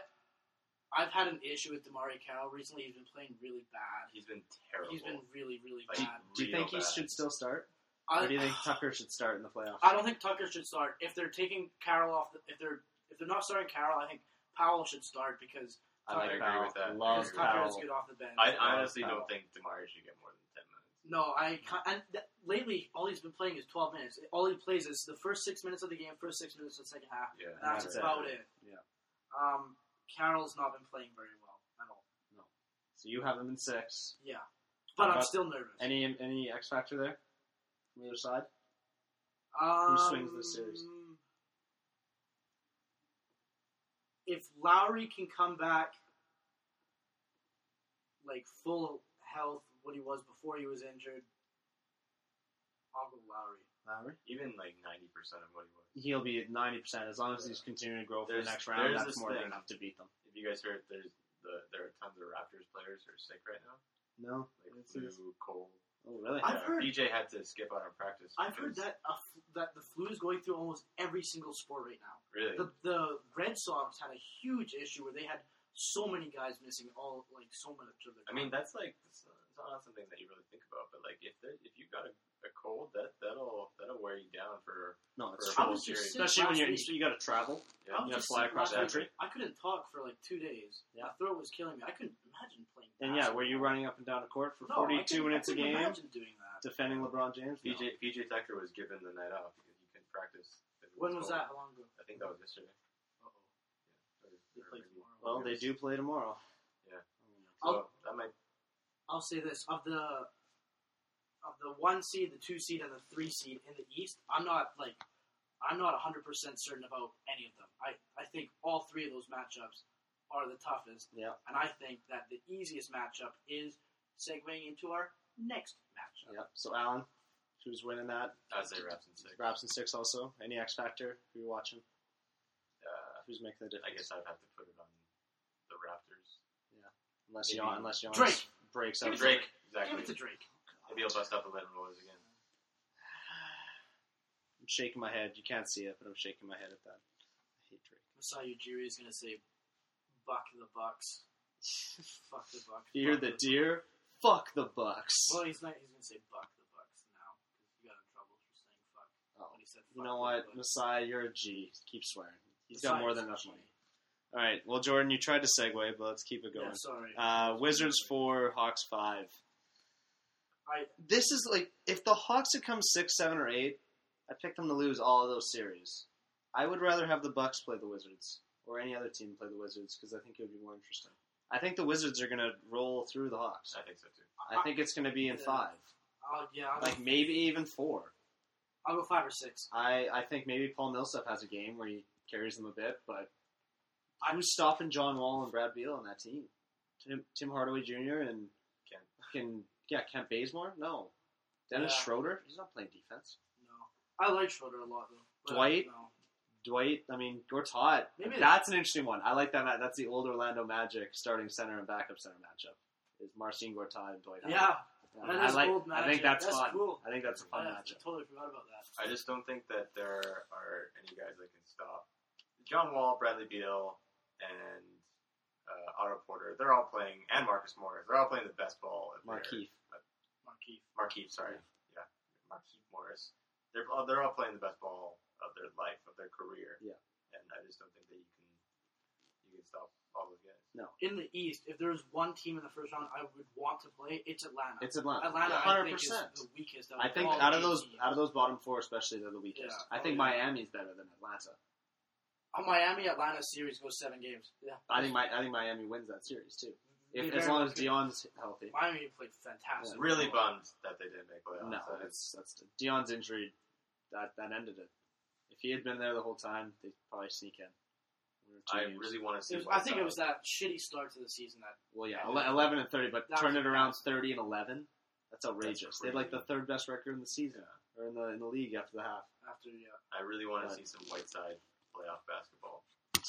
Speaker 2: I've had an issue with Demari Carroll recently. He's been playing really bad.
Speaker 3: He's been terrible.
Speaker 2: He's been really really
Speaker 3: Like,
Speaker 2: bad.
Speaker 1: Do you
Speaker 3: real
Speaker 1: think he
Speaker 3: bad.
Speaker 1: should still start,
Speaker 2: I,
Speaker 1: or do you think Tucker should start in the playoffs?
Speaker 2: I don't think Tucker should start. If they're taking Carroll off, the, if they're if they're not starting Carroll, I think Powell should start because
Speaker 1: I like
Speaker 3: I agree
Speaker 1: Powell.
Speaker 3: with that.
Speaker 1: I
Speaker 3: Oh,
Speaker 2: because
Speaker 1: Love
Speaker 3: agree
Speaker 2: Tucker
Speaker 1: Powell.
Speaker 2: is good off the bench.
Speaker 3: I,
Speaker 1: Love
Speaker 3: I honestly
Speaker 1: Powell.
Speaker 3: don't think Demar should get more than ten minutes.
Speaker 2: no, I ca- and th- lately all he's been playing is twelve minutes. All he plays is the first six minutes of the game, first six minutes of the second half.
Speaker 3: Yeah,
Speaker 2: And that's
Speaker 1: That's it.
Speaker 2: about it.
Speaker 1: Yeah.
Speaker 2: Um, Carroll's not been playing very well at all.
Speaker 1: So you have him in six.
Speaker 2: Yeah, but I'm
Speaker 1: about-
Speaker 2: still nervous.
Speaker 1: Any any X factor there? From either side?
Speaker 2: um,
Speaker 1: swings this series?
Speaker 2: If Lowry can come back like full health, what he was before he was injured, I'll go Lowry.
Speaker 1: Lowry.
Speaker 3: Even like ninety percent of what he was.
Speaker 1: He'll be at ninety percent as long as he's continuing to grow for
Speaker 3: There's-
Speaker 1: the next round.
Speaker 3: there's
Speaker 1: That's
Speaker 3: this
Speaker 1: more
Speaker 3: thing.
Speaker 1: than enough to beat them.
Speaker 3: If you guys heard, there's the there are tons of Raptors players who are sick right now.
Speaker 1: No.
Speaker 3: Like
Speaker 1: Let's see this.
Speaker 3: flu, cold.
Speaker 1: Oh really?
Speaker 2: I've
Speaker 3: Yeah,
Speaker 2: heard-
Speaker 3: BJ had to skip out on practice.
Speaker 2: I've heard
Speaker 3: because-
Speaker 2: that uh, that the flu is going through almost every single sport right now.
Speaker 3: Really,
Speaker 2: The the Red Sox had a huge issue where they had so many guys missing all like so much of their.
Speaker 3: I mean, that's like it's not, it's not something that you really think about. But like, if there, if you've got a, a cold, that that'll that'll wear you down for.
Speaker 1: No,
Speaker 3: for
Speaker 1: it's
Speaker 3: a
Speaker 1: true.
Speaker 2: I
Speaker 3: whole
Speaker 2: was just
Speaker 3: series.
Speaker 2: sick
Speaker 1: Especially when
Speaker 2: last
Speaker 1: you're
Speaker 2: week.
Speaker 1: you got to travel.
Speaker 2: I was
Speaker 3: Yeah.
Speaker 1: Yeah,
Speaker 2: just
Speaker 1: fly
Speaker 2: sick
Speaker 1: across
Speaker 2: last
Speaker 1: country.
Speaker 2: week. I couldn't talk for like two days. My
Speaker 1: Yeah.
Speaker 2: throat was killing me. I couldn't imagine playing.
Speaker 1: And yeah, were you running up and down the court for
Speaker 2: basketball. No, I
Speaker 1: 42
Speaker 2: couldn't-
Speaker 1: minutes a
Speaker 2: I couldn't
Speaker 1: game
Speaker 2: Imagine doing that.
Speaker 1: defending LeBron James? No.
Speaker 3: PJ PJ Tucker was given the night off because he couldn't practice. because it
Speaker 2: When was
Speaker 3: cold.
Speaker 2: that? How long ago?
Speaker 3: I think that was yesterday.
Speaker 2: Uh-oh.
Speaker 3: Or-
Speaker 2: They
Speaker 3: or
Speaker 2: play
Speaker 3: maybe-
Speaker 2: tomorrow.
Speaker 1: Well, they do play tomorrow.
Speaker 3: Yeah.
Speaker 2: I'll-
Speaker 3: So that might
Speaker 2: I'll say this of the of the one seed, the two seed, and the three seed in the East. I'm not like I'm not 100 percent certain about any of them. I I think all three of those matchups are the toughest,
Speaker 1: Yeah.
Speaker 2: and I think that the easiest matchup is segueing into our next matchup.
Speaker 1: Yeah. So Alan, who's winning that?
Speaker 3: I'd say Raps and six.
Speaker 1: Raps and six also. Any X Factor who you're watching?
Speaker 3: Uh,
Speaker 1: Who's making the difference?
Speaker 3: I guess I'd have to put it on the Raptors.
Speaker 1: Unless
Speaker 3: Maybe-
Speaker 1: Gian, unless Giannis
Speaker 2: Drake.
Speaker 1: breaks
Speaker 2: Give
Speaker 1: up.
Speaker 2: it to
Speaker 3: Drake,
Speaker 2: Give
Speaker 3: exactly.
Speaker 2: it to Drake.
Speaker 3: Maybe he'll bust out the Leaden Rollers again.
Speaker 1: I'm shaking my head. You can't see it, but I'm shaking my head at that. I hate Drake.
Speaker 2: Masai Ujiri is gonna say, "Buck the Bucks, fuck the Bucks."
Speaker 1: You hear
Speaker 2: fuck
Speaker 1: the
Speaker 2: Bucks."
Speaker 1: deer? Fuck the Bucks.
Speaker 2: Well, he's not. He's gonna say "buck the bucks" now because he got in trouble for saying "fuck"
Speaker 1: Oh.
Speaker 2: when he said.
Speaker 1: You
Speaker 2: fuck
Speaker 1: know
Speaker 2: the
Speaker 1: what,
Speaker 2: Bucks.
Speaker 1: Messiah, you're a G. Keep swearing. He's got
Speaker 2: Besides,
Speaker 1: more than enough money. All right. Well, Jordan, you tried to segue, but let's keep it going.
Speaker 2: Yeah, sorry.
Speaker 1: Uh, Wizards four, Hawks five.
Speaker 2: I-
Speaker 1: This is like if the Hawks had come six, seven, or eight, I'd pick them to lose all of those series. I would rather have the Bucks play the Wizards or any other team play the Wizards because I think it would be more interesting. I think the Wizards are going to roll through the Hawks.
Speaker 3: I think so too.
Speaker 1: I think it's going to be in
Speaker 2: Yeah.
Speaker 1: five,
Speaker 2: I'll, yeah, I'll,
Speaker 1: like maybe even four.
Speaker 2: I'll go five or six.
Speaker 1: I I think maybe Paul Millsap has a game where he carries them a bit, but who's stopping John Wall and Brad Beal on that team? Tim, Tim Hardaway Jr. and
Speaker 3: Kent.
Speaker 1: fucking yeah, Kent Bazemore? No, Dennis
Speaker 2: Yeah.
Speaker 1: Schroeder. He's not playing defense.
Speaker 2: No, I like Schroeder a lot though. but,
Speaker 1: Dwight?
Speaker 2: No.
Speaker 1: Dwight. I mean, Gortat.
Speaker 2: Maybe-
Speaker 1: that's an interesting one. I like that. ma- That's the old Orlando Magic starting center and backup center matchup. Is Marcin Gortat and Dwight? Howard.
Speaker 2: Yeah,
Speaker 1: Yeah,
Speaker 2: that
Speaker 1: I
Speaker 2: is
Speaker 1: like.
Speaker 2: old magic.
Speaker 1: I think that's, fun.
Speaker 2: cool.
Speaker 1: I think that's a fun
Speaker 2: Yeah,
Speaker 1: matchup.
Speaker 2: I totally forgot about that.
Speaker 3: I just don't think that there are any guys that can stop John Wall, Bradley Beal, and uh, Otto Porter. They're all playing, and Marcus Morris. They're all playing the best ball. of their-
Speaker 1: Markeith.
Speaker 2: Marquise.
Speaker 3: Markeith, sorry, yeah, Markeith Morris. They're all, they're all playing the best ball of their life, of their career.
Speaker 1: Yeah.
Speaker 3: and I just don't think that you can you can stop all those guys.
Speaker 2: In the East, if there's one team in the first round I would want to play, it's Atlanta.
Speaker 1: It's Atlanta.
Speaker 2: Atlanta, I
Speaker 1: hundred
Speaker 2: think, is
Speaker 1: percent.
Speaker 2: the weakest. Of
Speaker 1: I think
Speaker 2: all
Speaker 1: out of
Speaker 2: eight
Speaker 1: those
Speaker 2: teams.
Speaker 1: out of those bottom four, especially they're the weakest.
Speaker 2: Yeah.
Speaker 1: I think
Speaker 2: Oh, yeah.
Speaker 1: Miami's better than Atlanta.
Speaker 2: a Oh, Miami Atlanta series goes seven games. Yeah,
Speaker 1: I think my I think Miami wins that series too,
Speaker 2: They
Speaker 1: if,
Speaker 2: very
Speaker 1: as long
Speaker 2: well
Speaker 1: as
Speaker 2: could.
Speaker 1: Dion's healthy.
Speaker 2: Miami played fantastic.
Speaker 3: Really bummed that they didn't make playoffs.
Speaker 1: No,
Speaker 3: That is-
Speaker 1: that's that's Dion's injury that that ended it. If he had been there the whole time, they'd probably sneak in. One or two
Speaker 3: I
Speaker 1: games.
Speaker 3: really want to see.
Speaker 2: It was-
Speaker 3: what
Speaker 2: I think it was
Speaker 3: happens.
Speaker 2: that shitty start to the season that
Speaker 1: well, yeah,
Speaker 2: Yeah.
Speaker 1: ele- eleven and thirty, but
Speaker 2: That
Speaker 1: turn it
Speaker 2: was-
Speaker 1: around thirty and eleven. That's outrageous.
Speaker 3: That's
Speaker 1: they had like the
Speaker 3: crazy.
Speaker 1: third best record in the season or in the in the league after the half.
Speaker 2: after yeah.
Speaker 3: I really want to
Speaker 1: But-
Speaker 3: see some Whiteside playoff basketball.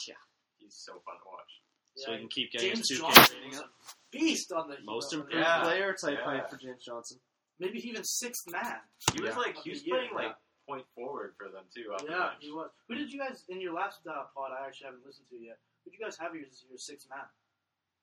Speaker 1: Yeah,
Speaker 3: He's so fun to watch.
Speaker 1: so
Speaker 2: Yeah,
Speaker 1: he can keep getting
Speaker 2: James
Speaker 1: his two
Speaker 2: Johnson
Speaker 1: K
Speaker 2: was
Speaker 1: rating
Speaker 2: a
Speaker 1: up.
Speaker 2: beast on the
Speaker 1: Most
Speaker 2: on the-
Speaker 1: improved
Speaker 3: Yeah.
Speaker 1: player type
Speaker 3: Yeah.
Speaker 1: hype for James Johnson.
Speaker 2: Maybe even sixth man.
Speaker 3: He was
Speaker 1: Yeah.
Speaker 3: like he was
Speaker 2: Yeah.
Speaker 3: playing like point forward for them too. off the
Speaker 2: Yeah,
Speaker 3: bench.
Speaker 2: he was. Who did you guys in your last uh, pod? I actually haven't listened to yet. Who did you guys have as your sixth man?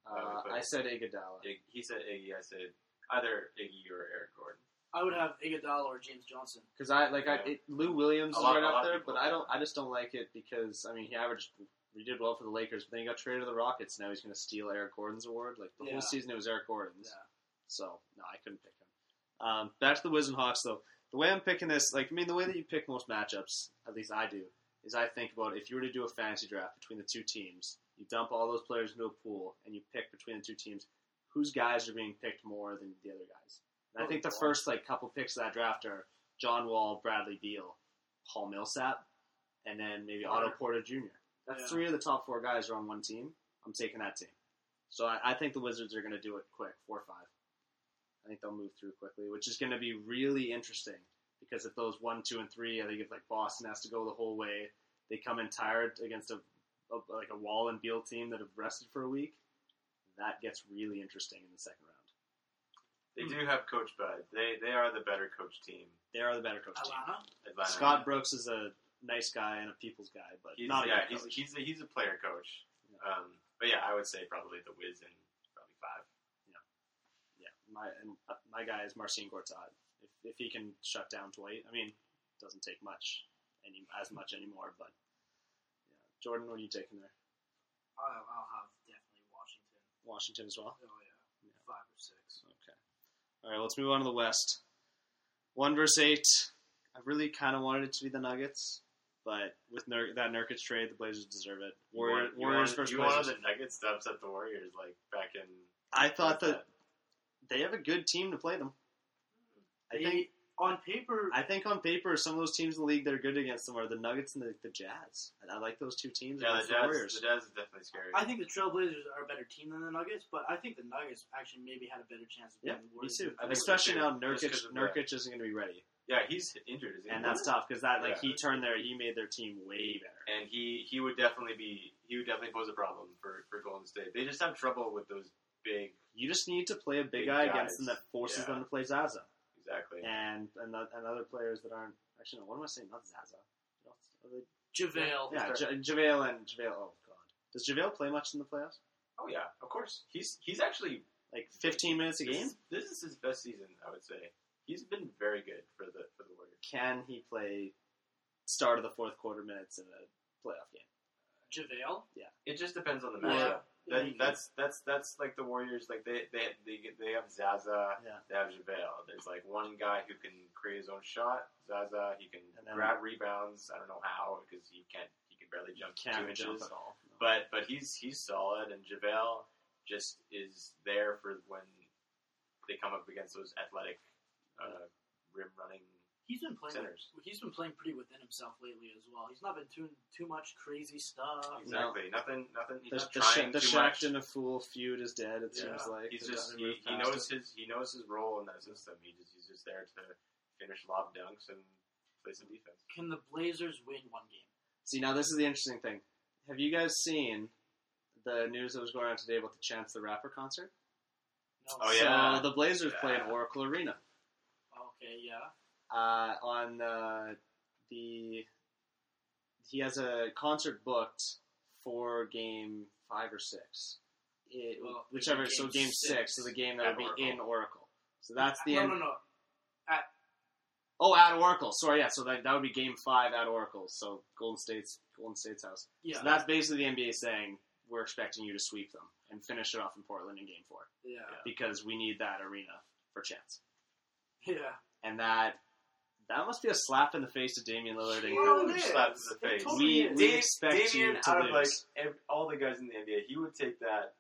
Speaker 1: Uh, I said Iguodala.
Speaker 3: Ig- he said Iggy. I said either Iggy or Eric Gordon.
Speaker 2: I would have Iguodala or James Johnson.
Speaker 1: Because I like I,
Speaker 3: Yeah.
Speaker 1: it, Lou Williams
Speaker 3: A
Speaker 1: is
Speaker 3: lot-
Speaker 1: right
Speaker 3: a lot
Speaker 1: up
Speaker 3: of
Speaker 1: there,
Speaker 3: people.
Speaker 1: but I don't. I just don't like it because I mean he averaged, he did well for the Lakers, but then he got traded to the Rockets. Now he's going to steal Eric Gordon's award. Like the
Speaker 2: Yeah.
Speaker 1: whole season, it was Eric Gordon's.
Speaker 2: Yeah.
Speaker 1: So no, I couldn't pick him. Um, back to the Wiz and Hawks though. The way I'm picking this, like I mean, the way that you pick most matchups, at least I do, is I think about if you were to do a fantasy draft between the two teams, you dump all those players into a pool and you pick between the two teams whose guys are being picked more than the other guys. And I think the first like couple picks of that draft are John Wall, Bradley Beal, Paul Millsap, and then maybe Otto Porter Jr. That's
Speaker 2: Yeah.
Speaker 1: three of the top four guys are on one team. I'm taking that team. So I, I think the Wizards are going to do it quick, four or five. I think they'll move through quickly, which is going to be really interesting because if those one, two, and three, I think if like Boston has to go the whole way, they come in tired against a, a like a Wall and Beal team that have rested for a week. That gets really interesting in the second round. Hmm.
Speaker 3: They do have Coach Bud. They they are the better coach team.
Speaker 1: They are the better coach team.
Speaker 2: Alana?
Speaker 3: Atlanta.
Speaker 1: Scott Brooks is a nice guy and a people's guy, but
Speaker 3: he's,
Speaker 1: not a
Speaker 3: yeah,
Speaker 1: good
Speaker 3: he's,
Speaker 1: coach.
Speaker 3: he's a, he's a player coach. Um, but yeah, I would say probably the Wiz in probably five.
Speaker 1: yeah, my and uh, my guy is Marcin Gortat. If if he can shut down Dwight, I mean, doesn't take much any as much anymore. But yeah, Jordan, what are you taking there?
Speaker 2: I'll, I'll have definitely Washington.
Speaker 1: Washington as well.
Speaker 2: Oh, yeah. Five or six.
Speaker 1: Okay. All right, let's move on to the West. One versus eight. I really kind of wanted it to be the Nuggets, but with Nur- that Nurkic trade, the Blazers deserve it. Warrior-
Speaker 3: You
Speaker 1: Warriors
Speaker 3: wanted-
Speaker 1: versus
Speaker 3: you
Speaker 1: Blazers.
Speaker 3: wanted the Nuggets to upset the Warriors like back in.
Speaker 1: I thought that they have a good team to play them. I
Speaker 2: They-
Speaker 1: think
Speaker 2: on paper,
Speaker 1: I think on paper, some of those teams in the league that are good against them are the Nuggets and the, the Jazz. And I like those two teams
Speaker 3: Yeah, the
Speaker 1: against the,
Speaker 3: Jazz.
Speaker 1: Warriors.
Speaker 3: The Jazz is definitely scary.
Speaker 2: I think the Trailblazers are a better team than the Nuggets, but I think the Nuggets actually maybe had a better chance of
Speaker 1: yeah,
Speaker 2: beating
Speaker 1: me
Speaker 2: the Warriors.
Speaker 1: too.
Speaker 3: I think
Speaker 1: Especially
Speaker 3: so,
Speaker 1: now,
Speaker 3: too.
Speaker 1: Nurkic
Speaker 3: Just 'cause of
Speaker 1: Nurkic isn't going to be ready,
Speaker 3: yeah, he's injured, isn't he?
Speaker 1: and that's tough because that like
Speaker 3: Yeah.
Speaker 1: he turned there, he made their team way better.
Speaker 3: and he he would definitely be he would definitely pose a problem for for Golden State. They just have trouble with those big
Speaker 1: You just need to play a big
Speaker 3: Big
Speaker 1: guy
Speaker 3: guys.
Speaker 1: against them that forces
Speaker 3: Yeah.
Speaker 1: them to play Zaza
Speaker 3: exactly.
Speaker 1: and and, the, and other players that aren't actually. No, what am I saying? Not Zaza. What else are they-
Speaker 2: JaVale.
Speaker 1: Yeah,
Speaker 3: Let's
Speaker 1: Ja- JaVale and JaVale. Oh God, does JaVale play much in the playoffs?
Speaker 3: Oh yeah, of course. He's he's actually
Speaker 1: Like 15 minutes a
Speaker 3: this
Speaker 1: game?
Speaker 3: is- This is his best season, I would say. He's been very good for the for the Warriors.
Speaker 1: Can he play start of the fourth quarter minutes in a playoff game?
Speaker 2: JaVale?
Speaker 3: It just depends on the
Speaker 1: Yeah.
Speaker 3: matchup.
Speaker 2: Yeah.
Speaker 3: That, that's that's that's like the Warriors. Like they they they, they have Zaza,
Speaker 1: Yeah.
Speaker 3: they have JaVale. There's like one guy who can create his own shot. Zaza, he can
Speaker 1: And then-
Speaker 3: grab rebounds. I don't know how because he can't. He can barely jump two
Speaker 1: can't
Speaker 3: inches.
Speaker 1: jump at all. But
Speaker 3: but but he's he's solid, and JaVale just is there for when they come up against those athletic, uh, rim running
Speaker 2: He's been playing.
Speaker 3: centers.
Speaker 2: He's been playing pretty within himself lately as well. He's not been doing too much crazy stuff.
Speaker 3: Exactly. Nothing. Nothing. He's
Speaker 1: the,
Speaker 3: not
Speaker 1: the,
Speaker 3: trying
Speaker 1: Sha- the
Speaker 3: too much.
Speaker 1: Shackton and Fool feud is dead. It
Speaker 3: Yeah.
Speaker 1: seems like
Speaker 3: He's
Speaker 1: They're
Speaker 3: just
Speaker 1: trying to
Speaker 3: he,
Speaker 1: move
Speaker 3: he
Speaker 1: past
Speaker 3: knows
Speaker 1: it.
Speaker 3: his he knows his role in that system. He just he's just there to finish lob dunks and play some defense.
Speaker 2: Can the Blazers win one game?
Speaker 1: See, now this is the interesting thing. Have you guys seen the news that was going on today about the Chance the Rapper concert?
Speaker 2: No.
Speaker 3: Oh, yeah.
Speaker 1: So the Blazers play in
Speaker 3: Yeah.
Speaker 1: Oracle Arena
Speaker 2: Okay. Yeah.
Speaker 1: uh, on uh, the. He has a concert booked for game five or six, It-
Speaker 2: Well,
Speaker 1: whichever.
Speaker 2: game
Speaker 1: so game
Speaker 2: six
Speaker 1: six is a game that
Speaker 3: at
Speaker 1: would be
Speaker 3: Oracle.
Speaker 1: in Oracle. So that's the
Speaker 2: no,
Speaker 1: end.
Speaker 2: no, no.
Speaker 1: Oh, at Oracle. Sorry, yeah. So that, that would be Game Five at Oracle. So Golden State's Golden State's house.
Speaker 2: Yeah.
Speaker 1: So that's basically the NBA saying we're expecting you to sweep them and finish it off in Portland in Game Four
Speaker 2: yeah.
Speaker 1: because we need that arena for chance.
Speaker 2: Yeah.
Speaker 1: And that that must be a slap in the face to Damian Lillard and
Speaker 2: Well,
Speaker 1: Co.
Speaker 2: it is.
Speaker 3: Slap to the
Speaker 2: It
Speaker 3: face.
Speaker 2: totally
Speaker 1: We-
Speaker 2: is.
Speaker 1: we- expect
Speaker 3: Damian,
Speaker 1: you to
Speaker 3: out of like
Speaker 1: lose.
Speaker 3: ev- all the guys in the NBA, he would take that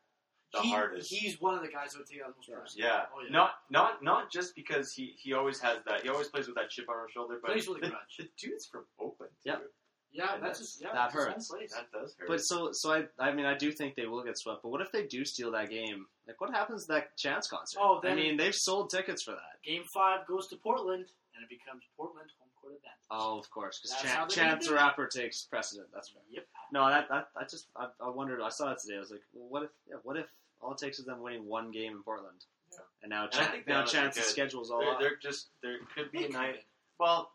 Speaker 3: the
Speaker 2: He-
Speaker 3: hardest.
Speaker 2: He's one of the guys who would take out the most
Speaker 1: Yeah.
Speaker 2: personally.
Speaker 3: yeah.
Speaker 2: Oh, yeah.
Speaker 3: not not not just because he he always has that. He always plays with that chip on his shoulder. But
Speaker 2: Plays with a
Speaker 3: the,
Speaker 2: grudge.
Speaker 3: the dude's from Oakland. too.
Speaker 1: Yep.
Speaker 2: Yeah.
Speaker 3: And
Speaker 2: That's
Speaker 3: that's-
Speaker 2: just yeah.
Speaker 1: that
Speaker 2: that's his home
Speaker 1: hurts.
Speaker 2: place.
Speaker 3: that does hurt.
Speaker 1: But so so I I mean I do think they will get swept. But what if they do steal that game? Like what happens to that chance concert?
Speaker 2: Oh,
Speaker 1: I
Speaker 2: then-
Speaker 1: mean they've sold tickets for that.
Speaker 2: Game five goes to Portland, and it becomes Portland home court advantage.
Speaker 1: Oh, of course, because
Speaker 2: That's how
Speaker 1: Chan-
Speaker 2: they're gonna
Speaker 1: Chance
Speaker 2: do
Speaker 1: the
Speaker 2: it.
Speaker 1: Rapper takes precedent. That's fair.
Speaker 2: Yep.
Speaker 1: No, that, that I just I, I wondered. I saw that today. I was like, well, what if? Yeah, what if all it takes is them winning one game in Portland?
Speaker 3: Yeah.
Speaker 1: And now,
Speaker 3: And I
Speaker 1: Chan-
Speaker 3: think they
Speaker 1: now
Speaker 3: honestly
Speaker 1: Chance's
Speaker 3: could.
Speaker 1: schedule's all
Speaker 3: there,
Speaker 1: up.
Speaker 3: there just there could be a
Speaker 2: They
Speaker 3: night.
Speaker 2: could.
Speaker 3: Well,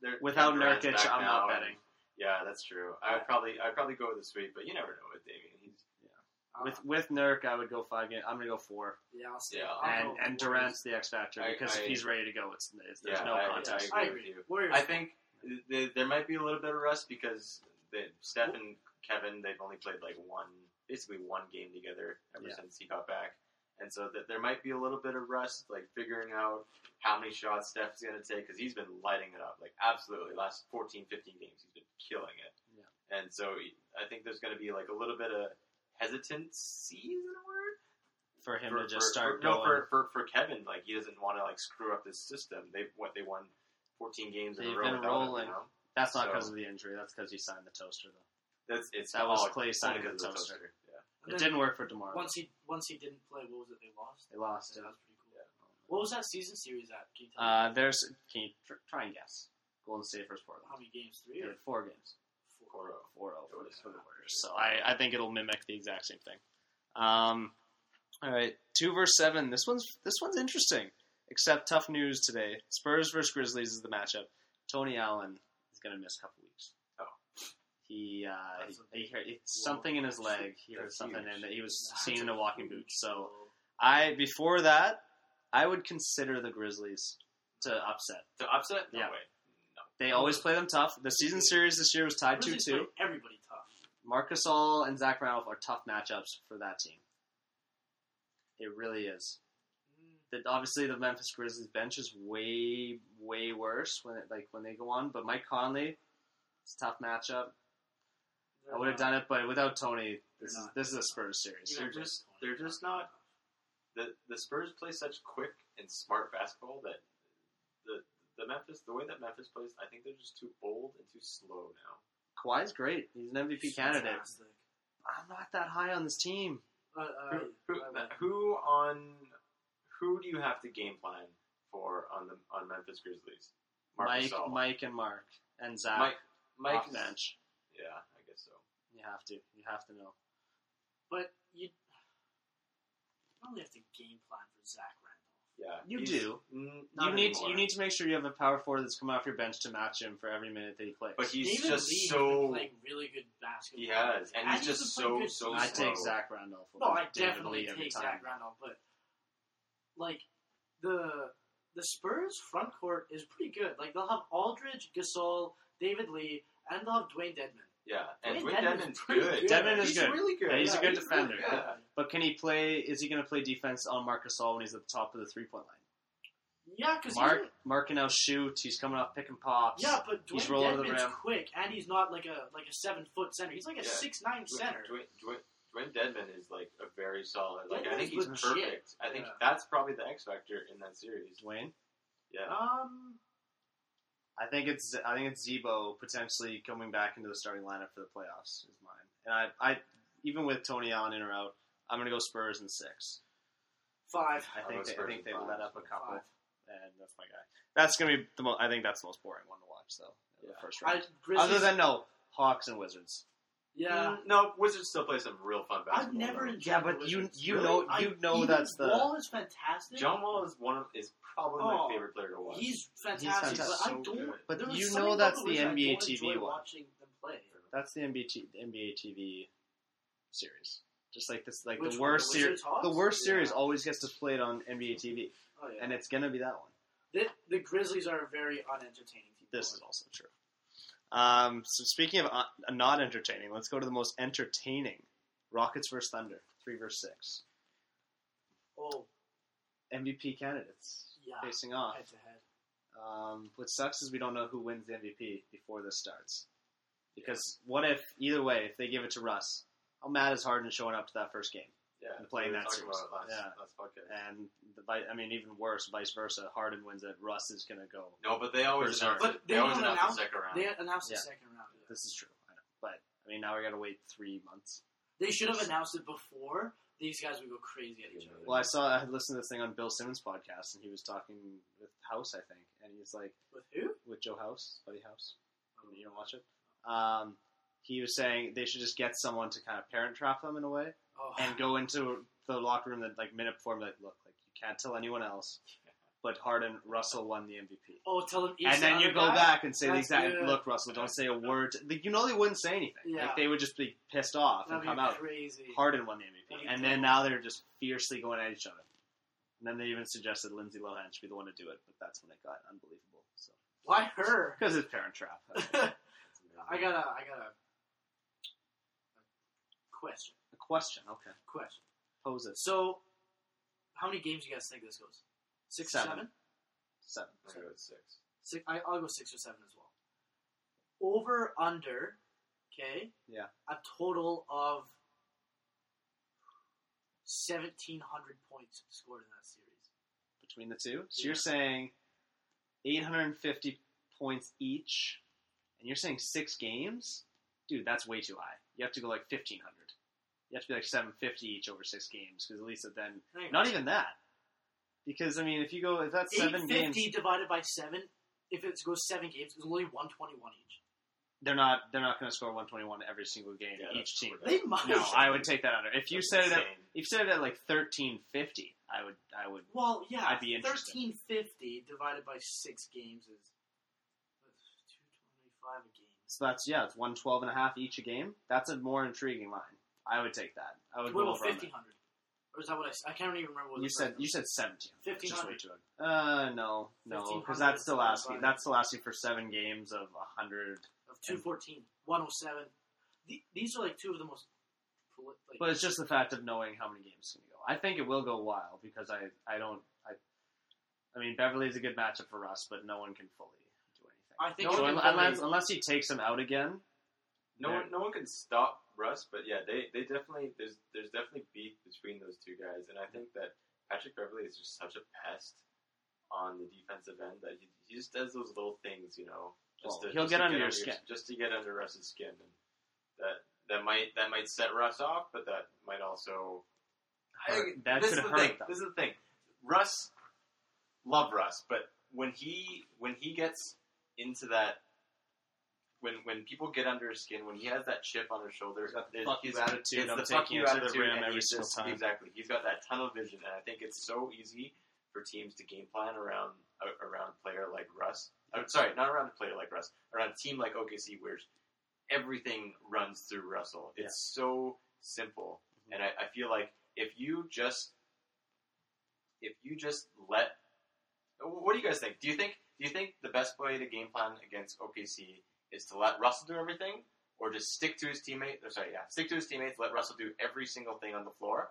Speaker 3: there,
Speaker 1: Without
Speaker 3: Durant's
Speaker 1: Nurkic,
Speaker 3: back
Speaker 1: I'm not
Speaker 3: now, and-
Speaker 1: betting.
Speaker 3: Yeah, that's true. I would probably I would probably go with the sweep, but you never know with Damien. He's
Speaker 2: Uh,
Speaker 1: With with Nurk, I would go five games. I'm gonna go four.
Speaker 2: yeah. I'll say
Speaker 3: Yeah.
Speaker 2: I'll
Speaker 1: And
Speaker 2: go with
Speaker 1: and
Speaker 2: the Warriors.
Speaker 1: Durant's the X factor
Speaker 3: I-
Speaker 1: because
Speaker 3: I-
Speaker 1: if he's ready to go, it's, it's there's
Speaker 3: Yeah,
Speaker 1: no
Speaker 3: I- I
Speaker 1: contest.
Speaker 2: I
Speaker 3: agree with
Speaker 2: agree.
Speaker 3: you.
Speaker 2: Warriors.
Speaker 3: I think th- th- there might be a little bit of rust because the, Steph and Kevin they've only played like one basically one game together ever
Speaker 1: Yeah.
Speaker 3: since he got back, and so that there might be a little bit of rust like figuring out how many shots Steph's gonna take because he's been lighting it up like absolutely last 14, 15 games he's been killing it, yeah. and so I think there's gonna be like a little bit of hesitancy is that a word
Speaker 1: for him
Speaker 3: for,
Speaker 1: to just
Speaker 3: for-
Speaker 1: start
Speaker 3: for-
Speaker 1: going.
Speaker 3: No, for, for, for Kevin, like he doesn't want to like screw up this system. They what they won fourteen games in
Speaker 1: They've
Speaker 3: a row.
Speaker 1: been
Speaker 3: without him, you
Speaker 1: rolling.
Speaker 3: know?
Speaker 1: That's not because
Speaker 3: so-
Speaker 1: of the injury. That's because he signed the toaster though.
Speaker 3: That's it's
Speaker 1: That was
Speaker 3: all-
Speaker 1: Clay
Speaker 3: only
Speaker 1: signing
Speaker 3: because
Speaker 1: the
Speaker 3: of
Speaker 1: toaster.
Speaker 3: Yeah.
Speaker 2: And
Speaker 1: It
Speaker 2: then
Speaker 1: didn't work for Demar.
Speaker 2: Once he once he didn't play, what was it? They lost.
Speaker 1: they lost.
Speaker 2: So
Speaker 1: Yeah.
Speaker 2: that was pretty cool.
Speaker 3: Yeah.
Speaker 1: Oh, man.
Speaker 2: What was that season series at? Can you tell
Speaker 1: Uh,
Speaker 2: me?
Speaker 1: there's can you tr- try and guess? Golden State versus Portland.
Speaker 2: How many games? Three
Speaker 1: They
Speaker 2: or
Speaker 1: had four games.
Speaker 2: four?
Speaker 3: Coro.
Speaker 1: Four oh for the, for the Warriors. So I, I think it'll mimic the exact same thing. Um, all right, two versus seven. This one's this one's interesting. Except tough news today. Spurs versus Grizzlies is the matchup. Tony Allen is going to miss a couple weeks.
Speaker 3: Oh.
Speaker 1: He, uh,
Speaker 2: That's a
Speaker 1: he, he
Speaker 2: big
Speaker 1: hurt- it's something in his leg. He heard
Speaker 3: That's
Speaker 1: something
Speaker 3: huge.
Speaker 1: and he was
Speaker 2: That's
Speaker 1: seen in a walking
Speaker 2: huge
Speaker 1: boot. So
Speaker 2: blow.
Speaker 1: I before that, I would consider the Grizzlies to upset.
Speaker 3: To upset? No
Speaker 1: Yeah.
Speaker 3: way. No.
Speaker 1: They always play them tough. The season series this year was tied two
Speaker 2: Grizzlies
Speaker 1: two.
Speaker 2: play Everybody tough.
Speaker 1: Marcus All and Zach Randolph are tough matchups for that team. It really is.
Speaker 2: Mm,
Speaker 1: That obviously the Memphis Grizzlies bench is way way worse when it, like when they go on, but Mike Conley, it's a tough matchup. I would have done it, but without Tony, this
Speaker 2: They're
Speaker 1: is
Speaker 2: not.
Speaker 1: this is a Spurs series.
Speaker 3: They're just- they're just not- The, the Spurs play such quick and smart basketball that the the Memphis the way that Memphis plays, I think they're just too bold and too slow now.
Speaker 1: Kawhi's great. He's an MVP candidate.
Speaker 2: Fantastic.
Speaker 1: I'm not that high on this team.
Speaker 2: Uh, uh,
Speaker 3: Who, who,
Speaker 2: I would.
Speaker 3: who on who do you have to game plan for on the on Memphis Grizzlies?
Speaker 1: Mike,
Speaker 3: Gasol.
Speaker 1: Mike, and Mark, and Zach
Speaker 3: Mike, Mike
Speaker 1: off
Speaker 3: is-
Speaker 1: bench.
Speaker 3: Yeah, I guess so.
Speaker 1: You have to. You have to know.
Speaker 2: But you you only have to game plan for Zach Randolph.
Speaker 3: Yeah,
Speaker 1: You
Speaker 3: he's-
Speaker 1: do.
Speaker 3: n-
Speaker 1: You
Speaker 3: not
Speaker 1: need
Speaker 3: anymore.
Speaker 1: you need to make sure you have a power forward that's coming off your bench to match him for every minute that he plays.
Speaker 3: but he's
Speaker 2: David
Speaker 3: just
Speaker 2: Lee has been
Speaker 3: so.
Speaker 2: playing really good basketball.
Speaker 3: He has, and he's just
Speaker 2: been playing
Speaker 3: so,
Speaker 2: good
Speaker 3: so
Speaker 1: I
Speaker 2: defense.
Speaker 3: slow.
Speaker 1: take Zach Randolph.
Speaker 2: No,
Speaker 1: over
Speaker 2: I
Speaker 1: David
Speaker 2: definitely
Speaker 1: Lee every
Speaker 2: take
Speaker 1: time.
Speaker 2: Zach Randolph, but like the the Spurs front court is pretty good. Like they'll have Aldridge, Gasol, David Lee, and they'll have Dwayne Dedman.
Speaker 3: Yeah, and
Speaker 2: Dwayne
Speaker 3: Dwayne
Speaker 2: Dedmon's
Speaker 3: Dedmon's
Speaker 2: pretty
Speaker 3: good.
Speaker 2: good.
Speaker 1: Dedmon is
Speaker 3: he's
Speaker 1: good.
Speaker 3: Really good.
Speaker 1: Yeah, he's a good
Speaker 3: really
Speaker 1: defender.
Speaker 3: Yeah.
Speaker 1: But can he play? Is he going to play defense on Marcus All when he's at the top of the three point line?
Speaker 2: Yeah, because
Speaker 1: Mark Mark can now shoot. He's coming off pick and pops.
Speaker 2: Yeah, but Dwayne
Speaker 1: He's rolling to the
Speaker 2: Dedmon's
Speaker 1: rim.
Speaker 2: quick, and he's not like a like a seven foot center. He's like a
Speaker 3: Yeah.
Speaker 2: six nine center.
Speaker 3: Dwayne, Dwayne, Dwayne Dedman is like a very solid. Like I think
Speaker 2: Dedmon's
Speaker 3: he's
Speaker 2: legit.
Speaker 3: perfect. I think
Speaker 2: Yeah.
Speaker 3: that's probably the X factor in that series.
Speaker 1: Dwayne.
Speaker 3: Yeah,
Speaker 2: Um,
Speaker 1: I think it's I think it's Zebo potentially coming back into the starting lineup for the playoffs is mine. And I, I even with Tony Allen in or out, I'm going to go Spurs in six.
Speaker 2: five.
Speaker 1: I
Speaker 3: I'll go
Speaker 1: think they, I
Speaker 3: Spurs
Speaker 1: think
Speaker 3: in
Speaker 1: they
Speaker 3: five.
Speaker 1: let up a couple,
Speaker 2: Five.
Speaker 1: and that's my guy. That's going to be the most. I think that's the most boring one to watch though. in The
Speaker 3: Yeah.
Speaker 1: first
Speaker 2: I,
Speaker 1: round.
Speaker 2: Grizzlies,
Speaker 1: Other than no Hawks and Wizards.
Speaker 2: yeah,
Speaker 3: Mm, no, Wizards still play some real fun
Speaker 2: I've
Speaker 3: basketball.
Speaker 2: never
Speaker 3: though.
Speaker 2: enjoyed.
Speaker 1: Yeah, but
Speaker 2: the
Speaker 1: you
Speaker 2: Wizards.
Speaker 1: you
Speaker 3: Really?
Speaker 1: know
Speaker 2: I-
Speaker 1: you know
Speaker 2: even
Speaker 1: that's the
Speaker 2: Wall is fantastic.
Speaker 3: John Wall is one of is probably
Speaker 2: Oh,
Speaker 3: my favorite player to watch.
Speaker 2: he's fantastic,
Speaker 1: He's
Speaker 2: but I
Speaker 3: so
Speaker 2: don't.
Speaker 3: good.
Speaker 1: But
Speaker 2: there was
Speaker 1: you
Speaker 2: something
Speaker 1: know
Speaker 2: about
Speaker 1: that's the
Speaker 2: Wizards I
Speaker 1: NBA
Speaker 2: don't
Speaker 1: TV
Speaker 2: enjoy
Speaker 1: one.
Speaker 2: Watching them play.
Speaker 1: that's the NBA t- NBA TV series. Just like this, like
Speaker 2: Which
Speaker 1: the
Speaker 2: one,
Speaker 1: worst
Speaker 2: the
Speaker 1: series.
Speaker 2: Wizards Hawks?
Speaker 1: The worst series
Speaker 2: Yeah.
Speaker 1: always gets displayed on NBA TV,
Speaker 2: Oh, yeah.
Speaker 1: and it's gonna be that one.
Speaker 2: the, the Grizzlies are a very unentertaining team.
Speaker 1: This is also true. Um, so speaking of uh, not entertaining, let's go to the most entertaining: Rockets versus Thunder, three versus six.
Speaker 2: oh
Speaker 1: MVP candidates
Speaker 2: yeah,
Speaker 1: facing off.
Speaker 2: head to head.
Speaker 1: Um, what sucks is we don't know who wins the MVP before this starts. Because what if either way, if they give it to Russ, how mad is Harden showing up to that first game?
Speaker 3: yeah,
Speaker 1: and playing
Speaker 3: we were
Speaker 1: that
Speaker 3: talking
Speaker 1: series.
Speaker 3: about it last,
Speaker 1: Yeah.
Speaker 3: last podcast.
Speaker 1: And the, vi- I mean, even worse, vice versa. Harden wins it. Russ is going to go.
Speaker 3: No, but they always
Speaker 1: Wizards.
Speaker 3: announce.
Speaker 2: But
Speaker 3: it. they,
Speaker 2: they
Speaker 3: always
Speaker 2: don't
Speaker 3: announce
Speaker 2: announce-
Speaker 3: the second round.
Speaker 2: They announced
Speaker 1: Yeah.
Speaker 2: the second round. yeah.
Speaker 1: This is true, I know. but I mean, now we got to wait three months.
Speaker 2: They should have announced it before. These guys would go crazy at each other.
Speaker 1: Well, I saw I had listened to this thing on Bill Simmons' podcast, and he was talking with House, I think, and he's like
Speaker 2: With who?
Speaker 1: with Joe House, Buddy House. You- You don't watch it. Um, he was saying they should just get someone to kind of parent trap them in a way.
Speaker 2: Oh,
Speaker 1: and go into the locker room that like minute before and be like, look, like you can't tell anyone else, but Harden Russell won the MVP.
Speaker 2: oh tell them. each
Speaker 1: and then you
Speaker 2: other
Speaker 1: go
Speaker 2: guy?
Speaker 1: back and say the
Speaker 2: That's
Speaker 1: exact
Speaker 2: good.
Speaker 1: look, Russell, don't say a word. To, like, you know they wouldn't say anything.
Speaker 2: Yeah.
Speaker 1: Like they would just be pissed off
Speaker 2: That'd
Speaker 1: and
Speaker 2: be
Speaker 1: come out.
Speaker 2: crazy.
Speaker 1: Harden won the MVP,
Speaker 2: That'd be
Speaker 1: and then
Speaker 2: cool.
Speaker 1: now they're just fiercely going at each other. And then they even suggested Lindsay Lohan should be the one to do it, but that's when it got unbelievable. So
Speaker 2: Why her?
Speaker 1: because it's parent trap.
Speaker 2: I
Speaker 1: a
Speaker 2: got a, I got a question.
Speaker 1: question, okay,
Speaker 2: Question.
Speaker 1: pose it
Speaker 2: So, how many games do you guys think this goes? Six
Speaker 1: Seven.
Speaker 2: or seven?
Speaker 1: seven.
Speaker 3: I'm gonna go with six.
Speaker 2: Six, I, I'll go six or seven as well. Over under, okay?
Speaker 1: Yeah.
Speaker 2: A total of seventeen hundred points scored in that series.
Speaker 1: between the two. So
Speaker 2: Yeah.
Speaker 1: you're saying 850 points each, and you're saying six games? Dude, that's way too high. You have to go like 1500. You have to be like 750 each over six games, because at least then,
Speaker 2: Hang on.
Speaker 1: not even that. Because I mean, if you go if that's seven games,
Speaker 2: 850 divided by 7, if it goes 7 games, it's only 121 each.
Speaker 1: they're not they're not going to score 121 every single game
Speaker 3: Yeah,
Speaker 1: each
Speaker 3: that's
Speaker 1: team.
Speaker 3: correct.
Speaker 2: They might.
Speaker 1: No, I would take that under. If you
Speaker 3: That's
Speaker 1: said it at
Speaker 3: insane.
Speaker 1: if you said it at like 1350, I would I would
Speaker 2: Well, yeah,
Speaker 1: I'd be interested.
Speaker 2: 1350 divided by 6 games is that's 225 a game.
Speaker 1: So that's yeah, it's 112 and a half each a game. That's a more intriguing line. I would take that. I would
Speaker 2: What
Speaker 1: go over
Speaker 2: about
Speaker 1: on that.
Speaker 2: 1500? Or is that what I s- I can't even remember what
Speaker 1: You
Speaker 2: the
Speaker 1: said
Speaker 2: first
Speaker 1: you
Speaker 2: one
Speaker 1: said 17. Just
Speaker 2: 1500.
Speaker 1: way too high. Uh no, no, because
Speaker 2: 1500
Speaker 1: that's still
Speaker 2: divided
Speaker 1: asking.
Speaker 2: by-
Speaker 1: That's still asking for seven games of 100.
Speaker 2: was. Of 214, 107. The- These are like two of the most. proli- Like,
Speaker 1: But it's just the fact of knowing how many games can go. I think it will go wild because I I don't I. I mean, Beverly's a good matchup for Russ, but no one can fully do anything.
Speaker 2: I think
Speaker 1: No
Speaker 2: it's
Speaker 1: one-
Speaker 2: gonna be-
Speaker 1: unless unless he takes him out again.
Speaker 3: No
Speaker 1: Yeah.
Speaker 3: one, no one can stop Russ, but yeah, they, they definitely there's there's definitely beef between those two guys, and I think that Patrick Beverly is just such a pest on the defensive end that he, he just does those little things, you know, just
Speaker 1: Well,
Speaker 3: to,
Speaker 1: Oh, he'll
Speaker 3: just
Speaker 1: get
Speaker 3: to
Speaker 1: under your skin.
Speaker 3: just to get under Russ's skin, and that that might that might set Russ off, but that might also
Speaker 1: Hurt- that
Speaker 3: this
Speaker 1: could
Speaker 3: is the
Speaker 1: hurt
Speaker 3: thing.
Speaker 1: them.
Speaker 3: This is the thing. Russ, love Russ, but when he when he gets into that, when when people get under his skin, when he has that chip on his shoulder,
Speaker 1: He's got the
Speaker 3: it-
Speaker 1: fuck you
Speaker 3: he's-
Speaker 1: attitude,
Speaker 3: It's
Speaker 1: I'm
Speaker 3: the
Speaker 1: taking
Speaker 3: fuck you
Speaker 1: it to the
Speaker 3: attitude,
Speaker 1: rim
Speaker 3: and
Speaker 1: every
Speaker 3: he's
Speaker 1: single
Speaker 3: just-
Speaker 1: time.
Speaker 3: Exactly. He's got that tunnel vision, and I think it's so easy for teams to game plan around a- around a player like Russ. I'm sorry, not around a player like Russ, around a team like OKC, where everything runs through Russell. It's so simple,
Speaker 1: Mhm.
Speaker 3: and I, I feel like if you just if you just let what do you guys think? Do you think do you think the best way to game plan against OKC is to let Russell do everything, or just stick to his teammate? Or sorry, yeah, stick to his teammates. Let Russell do every single thing on the floor.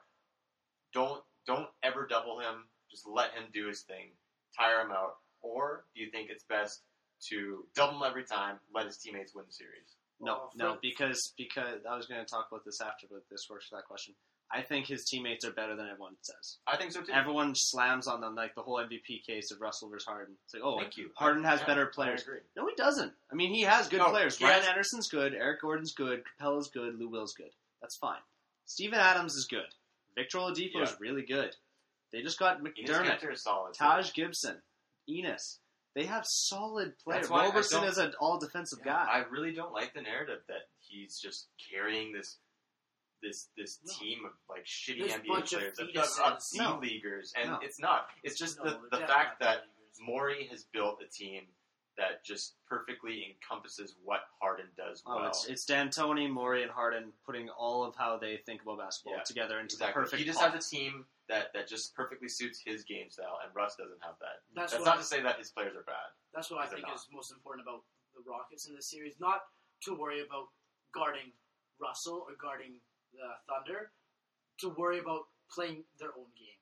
Speaker 3: Don't don't ever double him. Just let him do his thing. Tire him out. Or do you think it's best to double him every time, let his teammates win the series?
Speaker 1: No,
Speaker 3: Oh,
Speaker 2: Well,
Speaker 1: no,
Speaker 2: for-
Speaker 1: because because I was going to talk about this after, but this works for that question. I think his teammates are better than everyone says.
Speaker 3: I think so too.
Speaker 1: Everyone slams on them like the whole MVP case of Russell versus Harden. It's like, oh,
Speaker 3: Thank you.
Speaker 1: Harden has
Speaker 3: Yeah,
Speaker 1: better
Speaker 3: I
Speaker 1: players.
Speaker 3: agree.
Speaker 1: No, he doesn't. I mean, he has good
Speaker 3: No,
Speaker 1: players.
Speaker 3: he
Speaker 1: Ryan
Speaker 3: has-
Speaker 1: Anderson's good. Eric Gordon's good. Capella's good. Lou Will's good. That's fine. Steven Adams is good. Victor Oladipo is
Speaker 3: Yeah.
Speaker 1: really good. They just got
Speaker 3: Enos
Speaker 1: McDermott,
Speaker 3: Kanter is solid. too.
Speaker 1: Taj Gibson, Enos. They have solid players.
Speaker 3: That's why I
Speaker 1: Roberson
Speaker 3: don't-
Speaker 1: is an all defensive
Speaker 3: Yeah,
Speaker 1: guy.
Speaker 3: I really don't like the narrative that he's just carrying this this this
Speaker 2: No.
Speaker 3: team of like shitty
Speaker 2: This
Speaker 3: NBA
Speaker 2: bunch of
Speaker 3: players of,
Speaker 2: fetuses.
Speaker 3: of C
Speaker 1: No.
Speaker 3: leaguers, and
Speaker 1: No.
Speaker 3: it's not. It's just
Speaker 2: No,
Speaker 3: the,
Speaker 2: they're
Speaker 3: the
Speaker 2: definitely
Speaker 3: fact
Speaker 2: not
Speaker 3: that
Speaker 2: leaguers.
Speaker 3: Maury has built a team that just perfectly encompasses what Harden does
Speaker 1: Oh,
Speaker 3: well.
Speaker 1: it's it's D'Antoni, Maury, and Harden putting all of how they think about basketball
Speaker 3: Yeah,
Speaker 1: together into
Speaker 3: exactly.
Speaker 1: the perfect.
Speaker 3: He just
Speaker 1: pot.
Speaker 3: has a team that that just perfectly suits his game style, and Russ doesn't have that.
Speaker 2: That's,
Speaker 3: That's
Speaker 2: what
Speaker 3: not
Speaker 2: I-
Speaker 3: to say that his players are bad.
Speaker 2: That's what I
Speaker 3: They're
Speaker 2: think
Speaker 3: not.
Speaker 2: is most important about the Rockets in this series. Not to worry about guarding Russell or guarding the Thunder, to worry about playing their own game.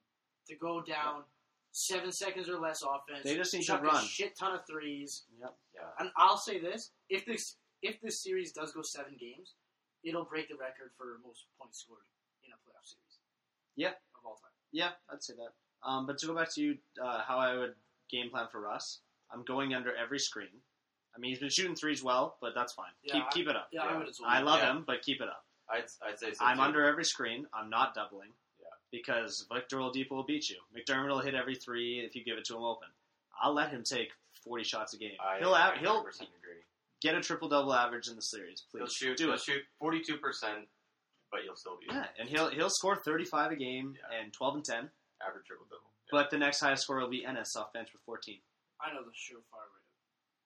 Speaker 2: To go down seven seconds or less offense.
Speaker 1: They just need to
Speaker 2: chuck
Speaker 1: run.
Speaker 2: a shit ton of threes.
Speaker 1: Yep.
Speaker 3: Yeah.
Speaker 2: And I'll say this: if this if this series does go seven games, it'll break the record for most points scored in a playoff series.
Speaker 1: Yeah.
Speaker 2: of all time.
Speaker 1: Yeah, I'd say that. Um, but to go back to you, uh, how I would game plan for Russ, I'm going under every screen. I mean, he's been shooting threes well, but that's fine.
Speaker 2: Yeah,
Speaker 1: keep
Speaker 2: I-
Speaker 1: keep it up.
Speaker 2: Yeah,
Speaker 3: Yeah.
Speaker 2: I would as well.
Speaker 1: I love
Speaker 3: Yeah.
Speaker 1: him, but keep it up.
Speaker 3: I'd, I'd say so
Speaker 1: I'm
Speaker 3: too.
Speaker 1: under every screen. I'm not doubling.
Speaker 3: Yeah.
Speaker 1: Because Victor Oladipo will beat you. McDermott will hit every three if you give it to him open. I'll let him take 40 shots a game.
Speaker 3: I,
Speaker 1: he'll
Speaker 3: I
Speaker 1: out, he'll
Speaker 3: 100% agree.
Speaker 1: get a triple double average in the series. Please
Speaker 3: He'll shoot.
Speaker 1: do
Speaker 3: he'll
Speaker 1: it.
Speaker 3: shoot forty-two percent, but you'll still be
Speaker 1: Yeah, and he'll he'll score 35 a game
Speaker 3: Yeah.
Speaker 1: and 12 and 10.
Speaker 3: average triple double.
Speaker 1: But the next highest scorer will be Ennis off bench with 14.
Speaker 2: I know the surefire way to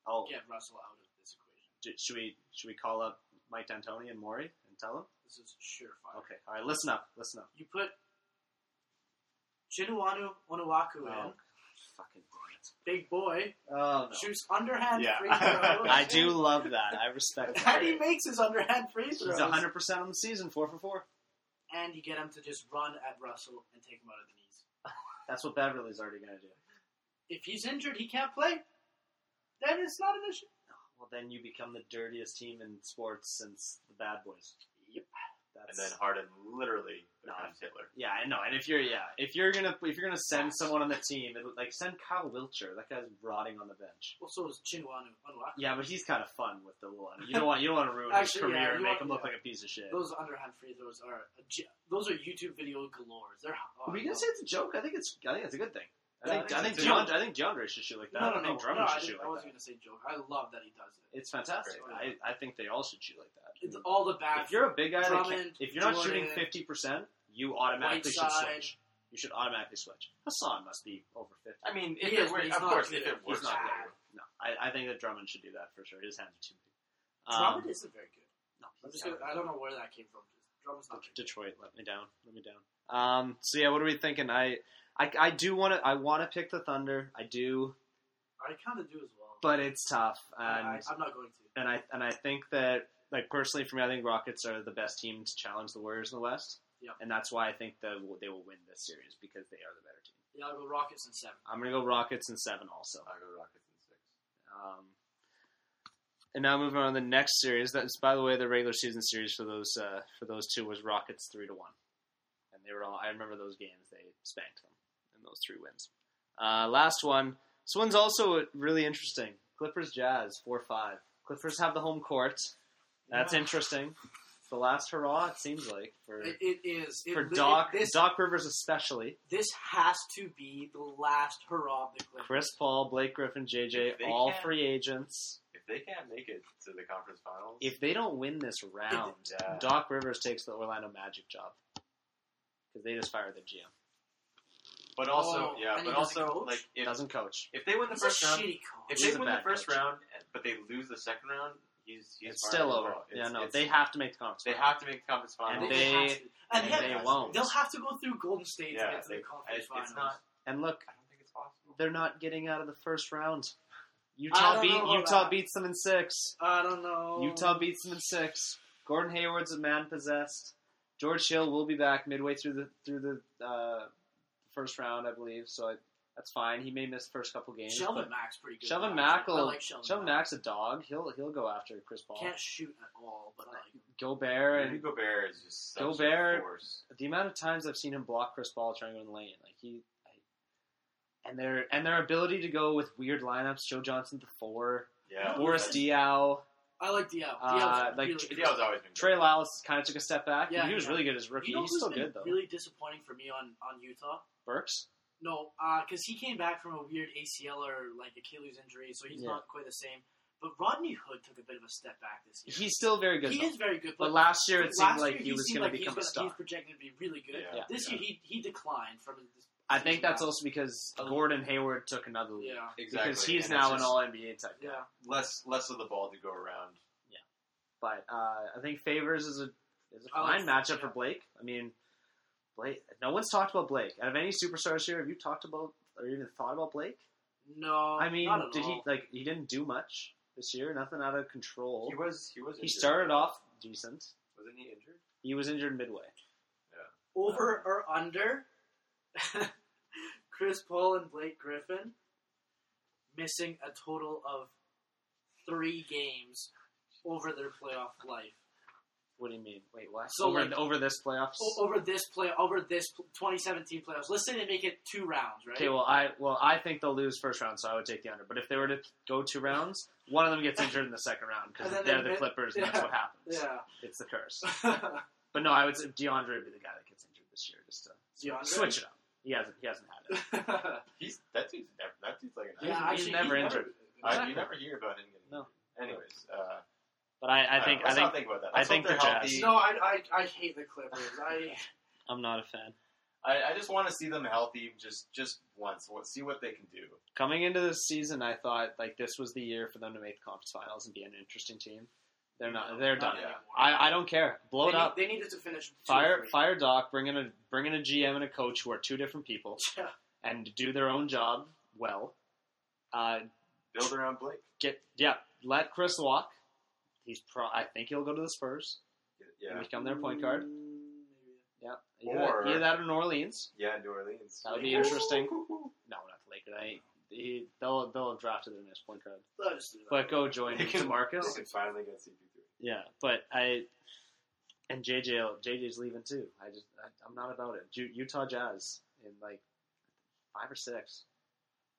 Speaker 1: Oh,
Speaker 2: get Russell out of this equation.
Speaker 1: d- should we should we call up Mike D'Antoni and Maury and tell them?
Speaker 2: This is surefire.
Speaker 1: Okay, all right, listen up, listen up.
Speaker 2: You put Chinuanu Onuaku in.
Speaker 1: Oh, fucking damn
Speaker 2: Big boy.
Speaker 1: it. Oh no.
Speaker 2: Shoots underhand
Speaker 3: Yeah.
Speaker 2: free throws.
Speaker 1: I do love that. I respect
Speaker 2: And
Speaker 1: that.
Speaker 2: he makes his underhand free
Speaker 1: He's
Speaker 2: throws.
Speaker 1: 100 percent on the season, four for four.
Speaker 2: And you get him to just run at Russell and take him out of the knees.
Speaker 1: That's what Beverly's already gonna do.
Speaker 2: If he's injured, he can't play. Then it's not an issue.
Speaker 1: Well, then you become the dirtiest team in sports since the Bad Boys. Yep.
Speaker 3: And
Speaker 1: That's,
Speaker 3: then Harden literally
Speaker 1: No.
Speaker 3: becomes Hitler.
Speaker 1: yeah, I know. And if you're yeah, if you're gonna if you're gonna send someone on the team, it, like send Kyle Wilcher. That guy's rotting on the bench.
Speaker 2: Well, so is Chinuanu Onuaku.
Speaker 1: Yeah, but he's kind of fun with the one. You don't want you don't want to ruin
Speaker 2: Actually,
Speaker 1: his career
Speaker 2: yeah,
Speaker 1: and
Speaker 2: you
Speaker 1: make
Speaker 2: want-
Speaker 1: him look
Speaker 2: yeah.
Speaker 1: like a piece of shit.
Speaker 2: Those underhand free throws are a j- those are YouTube video galore. They're oh,
Speaker 1: Are we gonna say it's a joke? I think it's I think it's a good thing. I think, I think,
Speaker 3: It's a-
Speaker 1: DeAndre, I think DeAndre should shoot like that. I
Speaker 2: No, no,
Speaker 1: don't
Speaker 2: no.
Speaker 1: think
Speaker 2: no,
Speaker 1: Drummond should
Speaker 2: I, didn't-
Speaker 1: shoot
Speaker 2: I
Speaker 1: like
Speaker 2: wasn't
Speaker 1: that.
Speaker 2: going to say Joe. I love that he does it.
Speaker 1: It's fantastic.
Speaker 2: Great.
Speaker 1: I, I think they all should shoot like that.
Speaker 2: It's all the back.
Speaker 1: If you're a big guy, that can't-
Speaker 2: Drummond,
Speaker 1: if you're not shooting
Speaker 2: Jordan,
Speaker 1: fifty percent, you automatically should
Speaker 2: Whiteside.
Speaker 1: switch. You should automatically switch. Hassan must be over fifty.
Speaker 3: I mean, if
Speaker 2: He is,
Speaker 3: it
Speaker 2: but
Speaker 3: were,
Speaker 2: he's
Speaker 3: of
Speaker 2: not
Speaker 3: course,
Speaker 2: good.
Speaker 3: if it
Speaker 2: He's
Speaker 3: was
Speaker 1: not
Speaker 2: bad.
Speaker 3: good.
Speaker 1: No, I, I think that Drummond should do that for sure. His hands are too big. Um,
Speaker 2: Drummond isn't very good.
Speaker 1: no,
Speaker 2: I'm
Speaker 1: he's
Speaker 2: just
Speaker 1: not.
Speaker 2: gonna, I don't know where that came from. Drummond's not very good.
Speaker 1: Detroit let me down. Let me down. Um, so yeah, what are we thinking? I I, I do want to I want to pick the Thunder. I do,
Speaker 2: I kind of do as well.
Speaker 1: but it's tough. And
Speaker 2: I, I'm not going to.
Speaker 1: and I and I think that like personally for me, I think Rockets are the best team to challenge the Warriors in the West.
Speaker 2: Yeah.
Speaker 1: And that's why I think that they will win this series because they are the better team.
Speaker 2: Yeah, I'll go Rockets in seven.
Speaker 1: I'm gonna go Rockets in seven also.
Speaker 3: I'll go Rockets in six.
Speaker 1: Um, and now moving on to the next series. That's by the way, the regular season series for those uh, for those two was Rockets three to one, and they were all. I remember those games. They spanked them in those three wins. Uh, last one. This one's also really interesting. Clippers Jazz four five. Clippers have the home court. That's
Speaker 2: Yeah.
Speaker 1: interesting. It's the last hurrah. It seems like for
Speaker 2: It, it is. It,
Speaker 1: for
Speaker 2: li-
Speaker 1: Doc
Speaker 2: This,
Speaker 1: Doc Rivers especially.
Speaker 2: this has to be the last hurrah of the Clippers.
Speaker 1: Chris Paul, Blake Griffin, JJ,
Speaker 3: They
Speaker 1: all
Speaker 3: can't-
Speaker 1: free agents.
Speaker 3: If they can't make it to the conference finals,
Speaker 1: if they don't win this round,
Speaker 3: Yeah.
Speaker 1: Doc Rivers takes the Orlando Magic job because they just fired their GM.
Speaker 3: but also,
Speaker 2: Oh,
Speaker 3: yeah,
Speaker 2: and he
Speaker 3: but
Speaker 2: doesn't
Speaker 3: also,
Speaker 2: coach?
Speaker 3: like,
Speaker 1: He
Speaker 3: if,
Speaker 1: doesn't coach.
Speaker 3: if they win the
Speaker 2: He's
Speaker 3: first
Speaker 2: a
Speaker 3: round,
Speaker 2: shitty
Speaker 3: if
Speaker 2: coach.
Speaker 1: He's
Speaker 3: they
Speaker 1: a
Speaker 3: win the
Speaker 1: bad
Speaker 3: first
Speaker 1: coach.
Speaker 3: round, but they lose the second round, he's, he's
Speaker 1: It's
Speaker 3: fired
Speaker 1: still
Speaker 3: as
Speaker 1: over.
Speaker 3: well.
Speaker 1: yeah,
Speaker 3: It's-
Speaker 1: no,
Speaker 3: it's-
Speaker 1: they have to make the conference.
Speaker 3: they
Speaker 1: finals.
Speaker 3: have to make the conference finals.
Speaker 1: And
Speaker 2: They
Speaker 1: they-
Speaker 2: have to. and
Speaker 1: and
Speaker 2: yeah,
Speaker 1: they won't.
Speaker 2: They'll have to go through Golden State to
Speaker 3: Yeah,
Speaker 2: get to
Speaker 3: they-
Speaker 2: the conference
Speaker 3: it's- it's
Speaker 2: finals.
Speaker 3: not-
Speaker 1: And look,
Speaker 3: I don't think it's possible.
Speaker 1: they're not getting out of the first round.
Speaker 2: I
Speaker 1: Utah
Speaker 2: don't
Speaker 1: beat
Speaker 2: know about
Speaker 1: Utah
Speaker 2: that. Oh.
Speaker 1: beats them in six.
Speaker 2: I don't know.
Speaker 1: Utah beats them in six. Gordon Hayward's a man possessed. George Hill will be back midway through the through the uh, first round, I believe. So I, that's fine. He may miss the first couple games. but-
Speaker 2: Shelvin Mack's pretty good.
Speaker 1: Shelvin
Speaker 2: Mack.
Speaker 1: Mack
Speaker 2: I
Speaker 1: will-
Speaker 2: like Shelvin,
Speaker 1: Joe
Speaker 2: Mack.
Speaker 1: Mack's a dog. He'll he'll go after Chris Paul.
Speaker 2: Can't shoot at all, but I like him.
Speaker 1: Gobert and
Speaker 3: Rudy Gobert is just such
Speaker 1: Gobert-
Speaker 3: a force.
Speaker 1: the amount of times I've seen him block Chris Paul trying to go in the lane, like he, I, and their and their ability to go with weird lineups. Joe Johnson at the four,
Speaker 3: Yeah,
Speaker 2: No,
Speaker 1: Boris
Speaker 2: that's-
Speaker 1: Diaw,
Speaker 2: I like Diao.
Speaker 1: Uh,
Speaker 2: Diao's
Speaker 1: like,
Speaker 2: really
Speaker 3: But
Speaker 2: good.
Speaker 3: Dio's always been good.
Speaker 1: Trey Lyles kind of took a step back.
Speaker 2: Yeah,
Speaker 1: he was
Speaker 2: yeah.
Speaker 1: really good as a rookie.
Speaker 2: You know
Speaker 1: He's
Speaker 2: who's
Speaker 1: still
Speaker 2: been
Speaker 1: good though.
Speaker 2: really disappointing for me on, on Utah?
Speaker 1: Burks,
Speaker 2: No, because he came back from a weird ACL or like Achilles injury, so he's
Speaker 1: Yeah.
Speaker 2: not quite the same. But Rodney Hood took a bit of a step back this year.
Speaker 1: he's still very good.
Speaker 2: he
Speaker 1: though.
Speaker 2: is very good,
Speaker 1: but
Speaker 2: but,
Speaker 1: last year it
Speaker 2: but
Speaker 1: seemed
Speaker 2: last
Speaker 1: like
Speaker 2: year
Speaker 1: he was
Speaker 2: seemed
Speaker 1: going
Speaker 2: like
Speaker 1: to become a
Speaker 2: he's gonna-
Speaker 1: star.
Speaker 2: He's projected to be really good.
Speaker 3: Yeah.
Speaker 2: This
Speaker 3: Yeah.
Speaker 2: year he he declined from. his-
Speaker 1: I think that's
Speaker 2: last-
Speaker 1: also because
Speaker 2: Oh.
Speaker 1: Gordon Hayward took another lead
Speaker 2: Yeah,
Speaker 3: exactly.
Speaker 1: because he's
Speaker 3: and it's
Speaker 1: now an
Speaker 3: just
Speaker 1: All NBA type guy.
Speaker 2: yeah.
Speaker 3: less less of the ball to go around.
Speaker 1: But uh, I think Favors is a is a
Speaker 2: I like
Speaker 1: fine matchup
Speaker 2: Favors,
Speaker 1: for
Speaker 2: yeah.
Speaker 1: Blake. I mean, Blake. No one's talked about Blake. Out of any superstars here, have you talked about or even thought about Blake?
Speaker 2: No,
Speaker 1: I mean,
Speaker 2: Oh, not at
Speaker 1: did he
Speaker 2: all.
Speaker 1: like he didn't do much this year? Nothing out of control.
Speaker 3: He was he was
Speaker 1: He,
Speaker 3: injured.
Speaker 1: started off decent.
Speaker 3: wasn't he injured?
Speaker 1: He was injured midway.
Speaker 2: over or under? Chris Paul and Blake Griffin missing a total of three games over their playoff life.
Speaker 1: What do you mean? Wait, what?
Speaker 2: So,
Speaker 1: over
Speaker 2: like- oh,
Speaker 1: over this playoffs.
Speaker 2: O- over this play, over this pl- 2017 playoffs. Let's say they make it two rounds, right?
Speaker 1: Okay, well I well I think they'll lose first round, so I would take the under. But if they were to go two rounds, one of them gets injured in the second round because
Speaker 2: And then
Speaker 1: they're
Speaker 2: they
Speaker 1: the
Speaker 2: mi-
Speaker 1: Clippers, and that's
Speaker 2: Yeah.
Speaker 1: what happens.
Speaker 2: yeah.
Speaker 1: It's the curse. But no, I would say DeAndre would be the guy that gets injured this year. Just to
Speaker 2: DeAndre?
Speaker 1: switch it up. He hasn't. He hasn't had it.
Speaker 3: He's that dude's never, that dude's like an
Speaker 2: yeah,
Speaker 1: he's
Speaker 2: actually,
Speaker 1: never
Speaker 2: he
Speaker 1: injured.
Speaker 3: I,
Speaker 1: Exactly.
Speaker 3: You never hear about him getting
Speaker 1: No.
Speaker 3: injured. Anyways, uh,
Speaker 1: But I, I think. I
Speaker 3: let's
Speaker 1: think
Speaker 3: not think about that.
Speaker 1: I
Speaker 3: Let's hope
Speaker 1: think
Speaker 3: they're
Speaker 1: they're
Speaker 3: healthy.
Speaker 1: Jazz.
Speaker 2: No, I, I, I hate the Clippers. I
Speaker 1: I'm not a fan.
Speaker 3: I, I just want to see them healthy, just just once. What, see what they can do.
Speaker 1: Coming into this season, I thought like this was the year for them to make the conference finals and be an interesting team. They're not. They're done.
Speaker 3: Yeah.
Speaker 2: anymore.
Speaker 1: I, I don't care. Blow
Speaker 2: they
Speaker 1: it up.
Speaker 2: Need, they needed to finish. two or
Speaker 1: Fire
Speaker 2: three.
Speaker 1: fire Doc. Bring in a bring in a GM and a coach who are two different people
Speaker 2: Yeah.
Speaker 1: and do their own job well. Uh,
Speaker 3: Build around Blake.
Speaker 1: get yeah. Let Chris walk. He's pro. I think he'll go to the Spurs.
Speaker 3: Yeah,
Speaker 1: Become their point guard.
Speaker 2: Mm,
Speaker 1: Yeah.
Speaker 3: Or-
Speaker 1: either that or New Orleans.
Speaker 3: yeah, New Orleans.
Speaker 1: That would be interesting. No, not the Lakers. I, he, they'll they'll have drafted their next point guard.
Speaker 2: maybe. I'll just do that.
Speaker 1: But go join
Speaker 3: They can- They
Speaker 1: Marcus.
Speaker 3: can finally get CP3.
Speaker 1: Yeah, but I and JJ JJ's leaving too. I just I, I'm not about it. Ju- Utah Jazz in like five or six.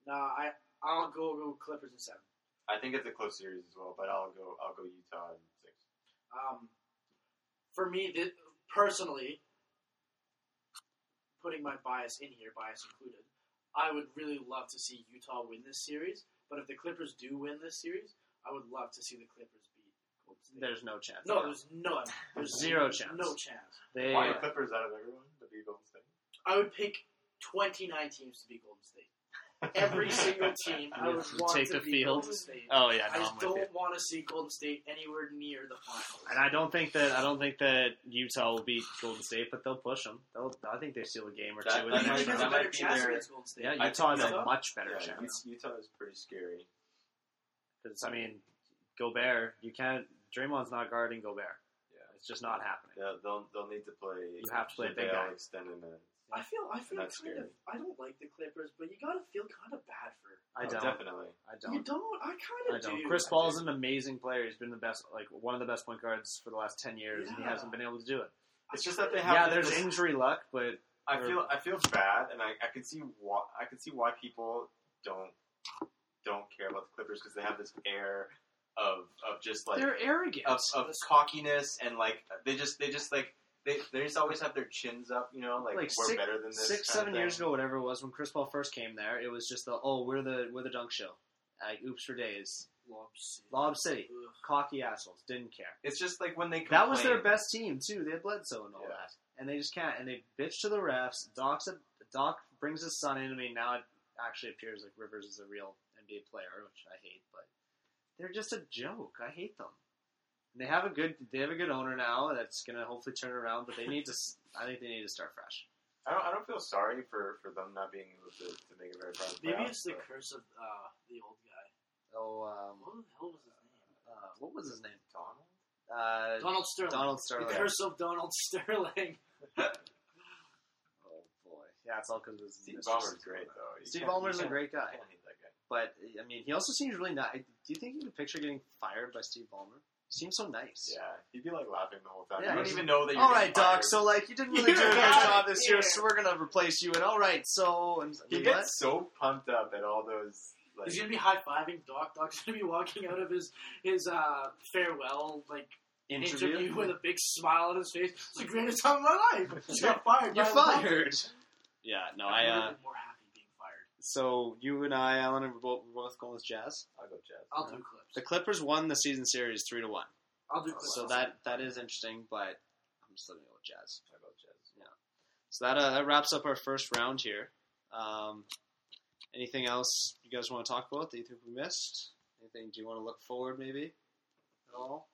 Speaker 2: Nah, I I'll go, go Clippers in seven.
Speaker 3: I think it's a close series as well, but I'll go. I'll go Utah in six.
Speaker 2: Um, for me, this, personally, putting my bias in here, bias included, I would really love to see Utah win this series. But if the Clippers do win this series, I would love to see the Clippers beat Golden State.
Speaker 1: There's no chance.
Speaker 2: no, there's none. There's
Speaker 1: Zero chance.
Speaker 2: No chance.
Speaker 1: They
Speaker 3: Why the Clippers out of everyone? The be Golden State.
Speaker 2: I would pick 29 teams to beat Golden State. Every single team I would
Speaker 1: Yes,
Speaker 2: want
Speaker 1: take
Speaker 2: to
Speaker 1: the
Speaker 2: beat
Speaker 1: field.
Speaker 2: Golden State.
Speaker 1: Oh yeah, no,
Speaker 2: I just
Speaker 1: I'm with
Speaker 2: don't
Speaker 1: you.
Speaker 2: want to see Golden State anywhere near the finals.
Speaker 1: And I don't think that I don't think that Utah will beat Golden State, but they'll push them. They'll, I think they steal a game or
Speaker 3: That-
Speaker 1: two in
Speaker 2: I
Speaker 1: the
Speaker 2: think
Speaker 1: next
Speaker 2: there's a
Speaker 3: that
Speaker 1: round.
Speaker 3: might
Speaker 2: better
Speaker 3: be
Speaker 2: chance
Speaker 3: their-
Speaker 2: against Golden State.
Speaker 1: Yeah,
Speaker 3: I-
Speaker 1: Utah has a
Speaker 2: Utah?
Speaker 1: much better
Speaker 3: Yeah,
Speaker 1: chance.
Speaker 3: Ut- Utah is pretty scary.
Speaker 1: Because I mean, Gobert, you can't. Draymond's not guarding Gobert.
Speaker 3: Yeah,
Speaker 1: It's just not happening.
Speaker 3: they'll they'll, they'll need to play.
Speaker 1: You have to play big
Speaker 3: Javale
Speaker 1: guy.
Speaker 3: Extended minutes.
Speaker 2: I feel I feel kind
Speaker 3: That's
Speaker 2: of
Speaker 3: scary.
Speaker 2: I don't like the Clippers, but you gotta feel kind of bad for.
Speaker 1: I
Speaker 3: Oh,
Speaker 1: don't.
Speaker 3: definitely.
Speaker 1: I
Speaker 2: You
Speaker 1: don't.
Speaker 2: don't. I kind
Speaker 1: I
Speaker 2: of do.
Speaker 1: don't. Chris Paul's an amazing player. He's been the best, like one of the best point guards for the last ten years, and he
Speaker 2: Yeah.
Speaker 1: hasn't been able to do it.
Speaker 2: I
Speaker 3: It's just that they
Speaker 2: kinda-
Speaker 3: have
Speaker 1: Yeah,
Speaker 3: to
Speaker 1: there's
Speaker 3: just-
Speaker 1: injury luck, but
Speaker 3: I
Speaker 1: Or-
Speaker 3: feel I feel bad, and I, I can see why I can see why people don't don't care about the Clippers because they have this air of of just like
Speaker 1: they're arrogant.
Speaker 3: of, of cockiness and like they just they just like they, they just always have their chins up, you know, like,
Speaker 1: Like
Speaker 3: we're
Speaker 1: six-
Speaker 3: better than this.
Speaker 1: Six,
Speaker 3: kind of
Speaker 1: seven years
Speaker 3: thing.
Speaker 1: ago, whatever it was, when Chris Paul first came there, it was just the oh, we're the we're the dunk show. Like, oops for days.
Speaker 2: Lob City.
Speaker 1: Lob City,
Speaker 2: Ugh.
Speaker 1: cocky assholes, didn't care.
Speaker 3: It's just like when they
Speaker 1: That was their
Speaker 3: complain-
Speaker 1: best team too. They had Bledsoe and all
Speaker 3: Yeah.
Speaker 1: that, and they just can't. And they bitch to the refs. Doc's a, Doc brings his son in. I mean, now it actually appears like Rivers is a real NBA player, which I hate, but they're just a joke. I hate them. And they have a good they have a good owner now that's gonna hopefully turn it around, but they need to. s- I think they need to start fresh.
Speaker 3: I don't I don't feel sorry for, for them not being able to, to make a very proud
Speaker 2: Maybe
Speaker 3: playoffs,
Speaker 2: it's the
Speaker 3: but-
Speaker 2: curse of uh, the old guy.
Speaker 1: Oh, um,
Speaker 2: What the hell was his name?
Speaker 1: uh, what was his name?
Speaker 3: Donald?
Speaker 1: Uh,
Speaker 2: Donald Sterling.
Speaker 1: Donald
Speaker 2: The
Speaker 1: Sterling.
Speaker 2: curse of Donald Sterling.
Speaker 1: Oh boy, yeah, it's all because of his
Speaker 3: Steve
Speaker 1: mistress.
Speaker 3: Ballmer's great though. You
Speaker 1: Steve
Speaker 3: can't- you
Speaker 1: Ballmer's a
Speaker 3: can't-
Speaker 1: great
Speaker 3: you
Speaker 1: guy,
Speaker 3: can't hate that guy.
Speaker 1: but I mean, he also seems really nice. Do you think you could picture getting fired by Steve Ballmer? He seems so nice.
Speaker 3: Yeah, he'd be like laughing the whole time.
Speaker 1: Yeah,
Speaker 3: you don't
Speaker 1: he's-
Speaker 3: even know that. You're
Speaker 1: All right,
Speaker 3: getting
Speaker 1: Doc.
Speaker 3: fired.
Speaker 1: So like, you didn't really
Speaker 2: You
Speaker 1: do a good
Speaker 2: got
Speaker 1: job
Speaker 2: it.
Speaker 1: this year,
Speaker 2: Yeah.
Speaker 1: so we're gonna replace you. And all right, so and
Speaker 3: he
Speaker 1: wait,
Speaker 3: gets
Speaker 1: what?
Speaker 3: so pumped up at all those. Like,
Speaker 2: He's gonna be high fiving Doc. Doc's gonna be walking out of his his uh, farewell like interview. with a big smile on his face. It's the greatest time of my life. Just got fired.
Speaker 1: You're
Speaker 2: by LeBron.
Speaker 1: fired. Yeah, no, I.
Speaker 2: I've never
Speaker 1: Uh,
Speaker 2: been more happy being fired.
Speaker 1: so you and I, Alan, are both, we're both going with Jazz.
Speaker 3: I'll go Jazz.
Speaker 2: I'll
Speaker 1: Yeah.
Speaker 2: do clips.
Speaker 1: The Clippers won the season series three to one,
Speaker 2: I'll do clips.
Speaker 1: so that that is interesting. But I'm still gonna go with Jazz.
Speaker 3: I'll go Jazz.
Speaker 1: So that uh, that wraps up our first round here. Um, anything else you guys want to talk about that you think we missed? Anything? Do you want to look forward maybe at all?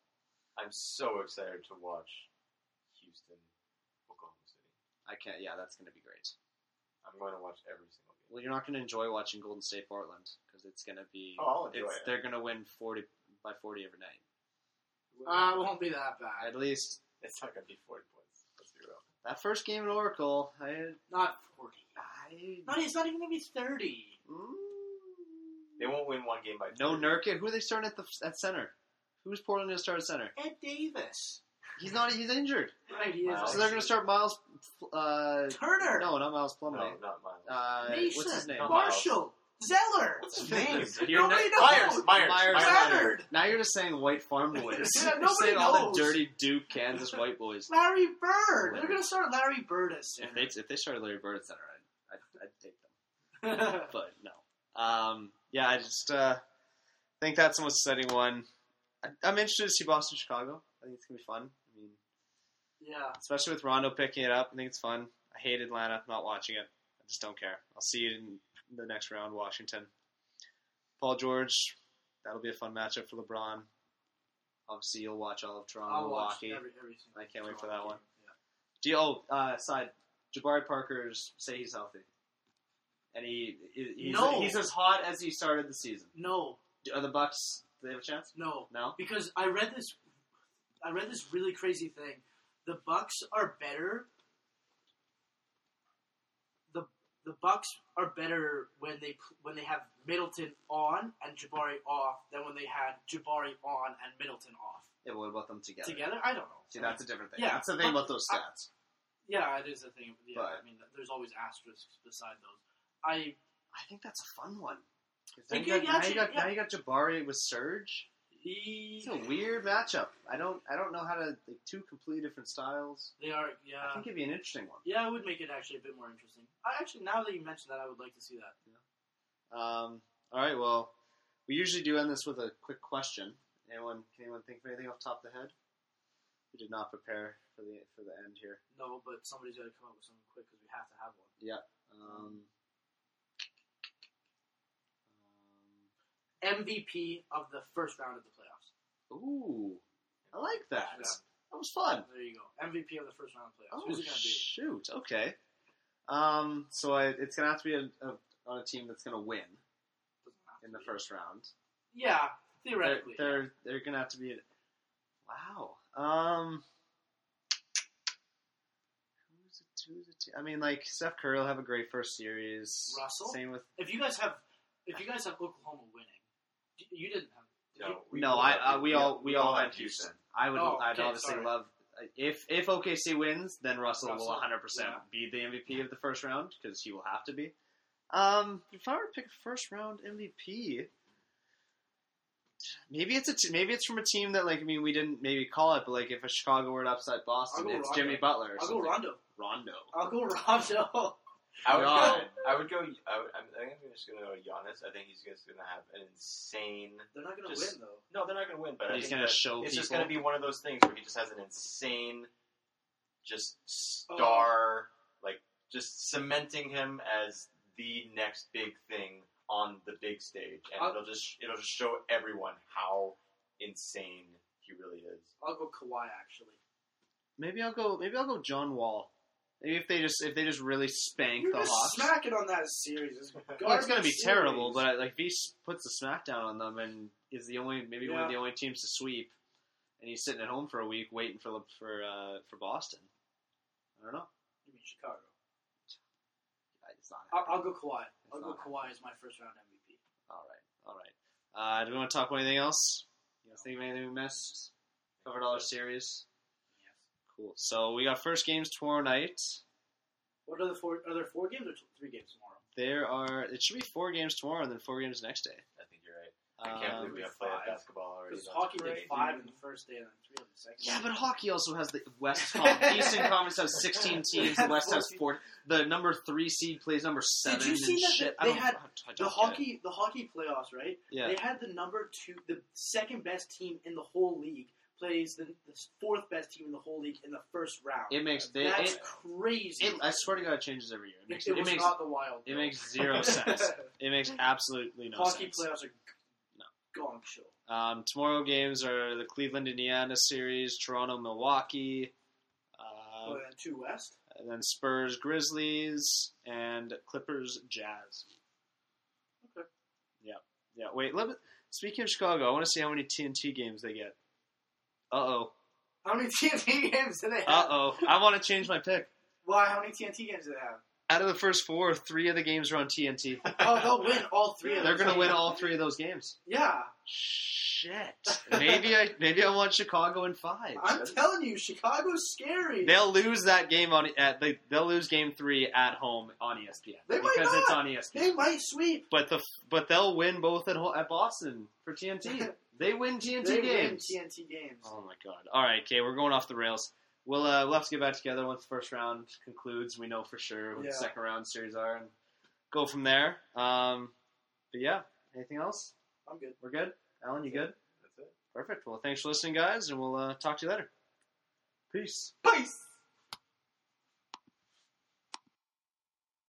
Speaker 3: I'm so excited to watch Houston, Oklahoma City.
Speaker 1: I can't. Yeah, that's going to be great.
Speaker 3: I'm going to watch every single game.
Speaker 1: Well, you're not going to enjoy watching Golden State Portland because it's going to be.
Speaker 3: Oh, I'll enjoy
Speaker 1: it's,
Speaker 3: it.
Speaker 1: They're going to win forty by forty every night.
Speaker 2: Uh, it won't be that bad.
Speaker 1: At least
Speaker 3: It's not going to be 40 points. Let's be real.
Speaker 1: that first game at Oracle. I.
Speaker 2: Not forty.
Speaker 1: I
Speaker 2: Not. It's not even gonna be thirty.
Speaker 3: They
Speaker 1: mm,
Speaker 3: won't win one game by
Speaker 1: no
Speaker 3: 30.
Speaker 1: Nurkic. Who are they starting at the at center? Who's Portland going to start at center?
Speaker 2: Ed Davis.
Speaker 1: He's not. He's injured.
Speaker 2: Right. He is.
Speaker 3: Miles.
Speaker 1: So they're going to start Miles. Uh,
Speaker 2: Turner.
Speaker 1: No, not Miles
Speaker 3: No,
Speaker 1: Plumlee.
Speaker 3: not mine.
Speaker 1: Uh,
Speaker 2: Mason.
Speaker 1: what's his name?
Speaker 3: No, Miles.
Speaker 2: Marshall. Zeller.
Speaker 3: What's his
Speaker 1: name? You're
Speaker 2: Nobody
Speaker 1: not-
Speaker 2: knows.
Speaker 3: Myers, Myers,
Speaker 1: Myers.
Speaker 3: Myers.
Speaker 2: Leonard.
Speaker 1: Now you're just saying white farm boys.
Speaker 2: Yeah,
Speaker 1: you're
Speaker 2: nobody
Speaker 1: saying all the
Speaker 2: knows.
Speaker 1: dirty Duke, Kansas white boys.
Speaker 2: Larry Bird. They're gonna start Larry Bird as
Speaker 1: if
Speaker 2: center.
Speaker 1: they if they started Larry Bird at center, I'd, I'd, I'd take them.
Speaker 2: That's
Speaker 1: But no. Um, yeah, I just uh, think that's the most exciting one. I, I'm interested to see Boston Chicago. I think it's gonna be fun. I mean,
Speaker 2: yeah.
Speaker 1: especially with Rondo picking it up, I think it's fun. I hate Atlanta. I'm not watching it. I just don't care. I'll see you in the next round, Washington. Paul George, that'll be a fun matchup for LeBron. Obviously, you'll watch all of Toronto,
Speaker 2: I'll watch
Speaker 1: Milwaukee.
Speaker 2: every, every single
Speaker 1: I can't wait for
Speaker 2: Toronto
Speaker 1: that one.
Speaker 2: game.
Speaker 1: Do you, oh, uh, side Jabari Parker's say he's healthy, and he he- he's,
Speaker 2: No.
Speaker 1: he's as hot as he started the season.
Speaker 2: Yeah. No,
Speaker 1: Do- Are the Bucks? Do they have a chance?
Speaker 2: no.
Speaker 1: No.
Speaker 2: because I read this I read this really crazy thing. The Bucks are better the the Bucks are better when they pl- when they have Middleton on and Jabari off than when they had Jabari on and Middleton off.
Speaker 1: Yeah, but what about them together?
Speaker 2: Together, I don't know.
Speaker 1: See, that's a different thing.
Speaker 2: Yeah,
Speaker 1: that's the thing
Speaker 2: but-
Speaker 1: about those stats.
Speaker 2: yeah, it is a thing. Yeah,
Speaker 1: But-
Speaker 2: I mean, there's always asterisks beside those. I
Speaker 1: I think that's a fun one. 'Cause
Speaker 2: Like,
Speaker 1: now, you
Speaker 2: you-
Speaker 1: got,
Speaker 2: you
Speaker 1: now
Speaker 2: actually-
Speaker 1: you got-
Speaker 2: yeah.
Speaker 1: now you got Jabari with Surge.
Speaker 2: He,
Speaker 1: It's a weird matchup. I don't I don't know how to like two completely different styles.
Speaker 2: they are,
Speaker 1: I
Speaker 2: yeah,
Speaker 1: think it'd be an interesting one.
Speaker 2: yeah. It would make it actually a bit more interesting. I actually, now that you mention that, I would like to see that.
Speaker 1: Um, all right, well, we usually do end this with a quick question. Anyone can anyone think of anything off the top of the head? We did not prepare for the for the end here.
Speaker 2: No, but somebody's got to come up with something quick because we have to have one.
Speaker 1: Um,
Speaker 2: MVP of the first round of the playoffs.
Speaker 1: um, ooh, I like that.
Speaker 2: Yeah.
Speaker 1: That was fun.
Speaker 2: There you go. MVP of the first round of the playoffs.
Speaker 1: Oh
Speaker 2: Who's it gonna be?
Speaker 1: shoot! Okay. Um, so I, it's gonna have to be a, a, on a team that's gonna win
Speaker 2: Doesn't have
Speaker 1: in
Speaker 2: to
Speaker 1: the
Speaker 2: be.
Speaker 1: first round.
Speaker 2: Yeah,
Speaker 1: They're
Speaker 2: theoretically.
Speaker 1: they're, they're gonna have to be. Wow. Um. Who's the, who's the team? I mean, like Steph Curry will have a great first series.
Speaker 2: Russell?
Speaker 1: Same with
Speaker 2: If you guys have, if you guys have Oklahoma winning, d- you didn't have. Did
Speaker 3: No,
Speaker 2: you?
Speaker 3: we
Speaker 1: no.
Speaker 3: all
Speaker 1: I,
Speaker 3: have-
Speaker 1: uh, we all we all had Houston. I would.
Speaker 2: Oh,
Speaker 1: I'd
Speaker 2: okay,
Speaker 1: obviously
Speaker 2: sorry.
Speaker 1: love if if OKC wins, then Russell,
Speaker 2: Russell,
Speaker 1: will 100 percent
Speaker 2: yeah.
Speaker 1: be the MVP of the first round because he will have to be. Um, if I were to pick a first round MVP, maybe it's a t- maybe it's from a team that like I mean we didn't maybe call it, but like if a Chicago were to upset Boston,
Speaker 2: go
Speaker 1: it's
Speaker 2: Rondo.
Speaker 1: Jimmy Butler. Or
Speaker 2: I'll
Speaker 1: something.
Speaker 2: go Rondo.
Speaker 1: Rondo.
Speaker 2: I'll go Rondo.
Speaker 3: I would go.
Speaker 1: God.
Speaker 3: I would go. I, would, I'm, I think I'm just gonna go Giannis. I think he's just gonna have an insane.
Speaker 2: They're not gonna
Speaker 3: Just-
Speaker 2: win though.
Speaker 3: No, they're not gonna win, but I
Speaker 1: he's
Speaker 3: think
Speaker 1: gonna
Speaker 3: that
Speaker 1: show
Speaker 3: it's
Speaker 1: people.
Speaker 3: just gonna be one of those things where he just has an insane, just star, like just cementing him as the next big thing on the big stage, and
Speaker 2: I'll-
Speaker 3: it'll just it'll just show everyone how insane he really is.
Speaker 2: I'll go Kawhi actually.
Speaker 1: maybe I'll go. Maybe I'll go John Wall. Maybe if they just if they just really spank
Speaker 2: You're
Speaker 1: the
Speaker 2: just
Speaker 1: Hawks.
Speaker 2: smacking on that series. It's,
Speaker 1: Well, it's going to
Speaker 2: garbage
Speaker 1: be terrible,
Speaker 2: series.
Speaker 1: but I, like if he s- puts the smackdown on them and is the only maybe one of
Speaker 2: Yeah.
Speaker 1: the only teams to sweep, and he's sitting at home for a week waiting for the- for uh, for Boston. I don't know.
Speaker 2: You mean Chicago?
Speaker 1: It's not
Speaker 2: I'll, I'll go Kawhi. I'll
Speaker 1: It's
Speaker 2: go
Speaker 1: not
Speaker 2: Kawhi as my first round MVP.
Speaker 1: all right. All right. Uh, do we want to talk about anything else? You guys think of anything we missed? Covered all our series.
Speaker 2: Yes.
Speaker 1: Cool. So we got first games tomorrow night.
Speaker 2: What are the four? Are there four games or t- three games tomorrow?
Speaker 1: There are it should be four games tomorrow and then four games next day.
Speaker 3: I think you're right. I can't believe we
Speaker 1: Um,
Speaker 2: it'll be
Speaker 3: have played
Speaker 2: five.
Speaker 3: basketball already.
Speaker 2: Because
Speaker 3: That's
Speaker 2: hockey did
Speaker 3: crazy.
Speaker 2: five in the first day and then three on the second.
Speaker 1: yeah, but hockey also has the West Conference. Eastern Conference has 16 teams. The West has four. The number three seed plays number seven.
Speaker 2: you see
Speaker 1: and
Speaker 2: that
Speaker 1: shit.
Speaker 2: they
Speaker 1: I don't-
Speaker 2: had
Speaker 1: I don't
Speaker 2: the
Speaker 1: get it.
Speaker 2: hockey, the hockey playoffs, right?
Speaker 1: Yeah.
Speaker 2: They had the number two, the second best team in the whole league plays the, the fourth best team in the whole league in the first round.
Speaker 1: It makes they.
Speaker 2: That's
Speaker 1: It,
Speaker 2: crazy.
Speaker 1: it, I swear to God, it changes every year. It
Speaker 2: It-
Speaker 1: makes
Speaker 2: it
Speaker 1: it,
Speaker 2: was
Speaker 1: makes
Speaker 2: not the wild.
Speaker 1: it
Speaker 2: though.
Speaker 1: makes zero sense. It makes absolutely no
Speaker 2: Hockey
Speaker 1: sense.
Speaker 2: playoffs are
Speaker 1: No.
Speaker 2: gong show.
Speaker 1: Um, tomorrow games are the Cleveland Indiana series, Toronto Milwaukee, uh,
Speaker 2: Oh, and two West.
Speaker 1: and then Spurs Grizzlies and Clippers Jazz.
Speaker 2: Okay.
Speaker 1: Yeah. Yeah. Wait. Let me, speaking of Chicago, I want to see how many TNT games they get. Uh oh.
Speaker 2: How many TNT games do they have?
Speaker 1: Uh oh. I want to change my pick.
Speaker 2: Why? How many TNT games do they have?
Speaker 1: Out of the first four, three of the games are on TNT.
Speaker 2: Oh, they'll win all three of
Speaker 1: They're
Speaker 2: them.
Speaker 1: gonna win all three of those games.
Speaker 2: Yeah,
Speaker 1: Shit. Maybe I maybe I want Chicago in five.
Speaker 2: I'm telling you, Chicago's scary.
Speaker 1: They'll lose that game on at they, they'll lose game three at home on E ESPN
Speaker 2: They might
Speaker 1: because it's
Speaker 2: not.
Speaker 1: on E ESPN.
Speaker 2: They might sweep.
Speaker 1: But the but they'll win both at ho- at Boston for TNT. they win TNT
Speaker 2: they
Speaker 1: games.
Speaker 2: win TNT games.
Speaker 1: Oh my god! All right, okay, we're going off the rails. We'll uh, we'll have to get back together once the first round concludes. We know for sure what
Speaker 2: Yeah.
Speaker 1: the second round series are and go from there. Um, but yeah, anything else?
Speaker 2: I'm good.
Speaker 1: We're good. Alan, you good?
Speaker 3: That's it.
Speaker 1: Perfect. Well, thanks for listening, guys, and we'll uh, talk to you later. Peace.
Speaker 3: Peace.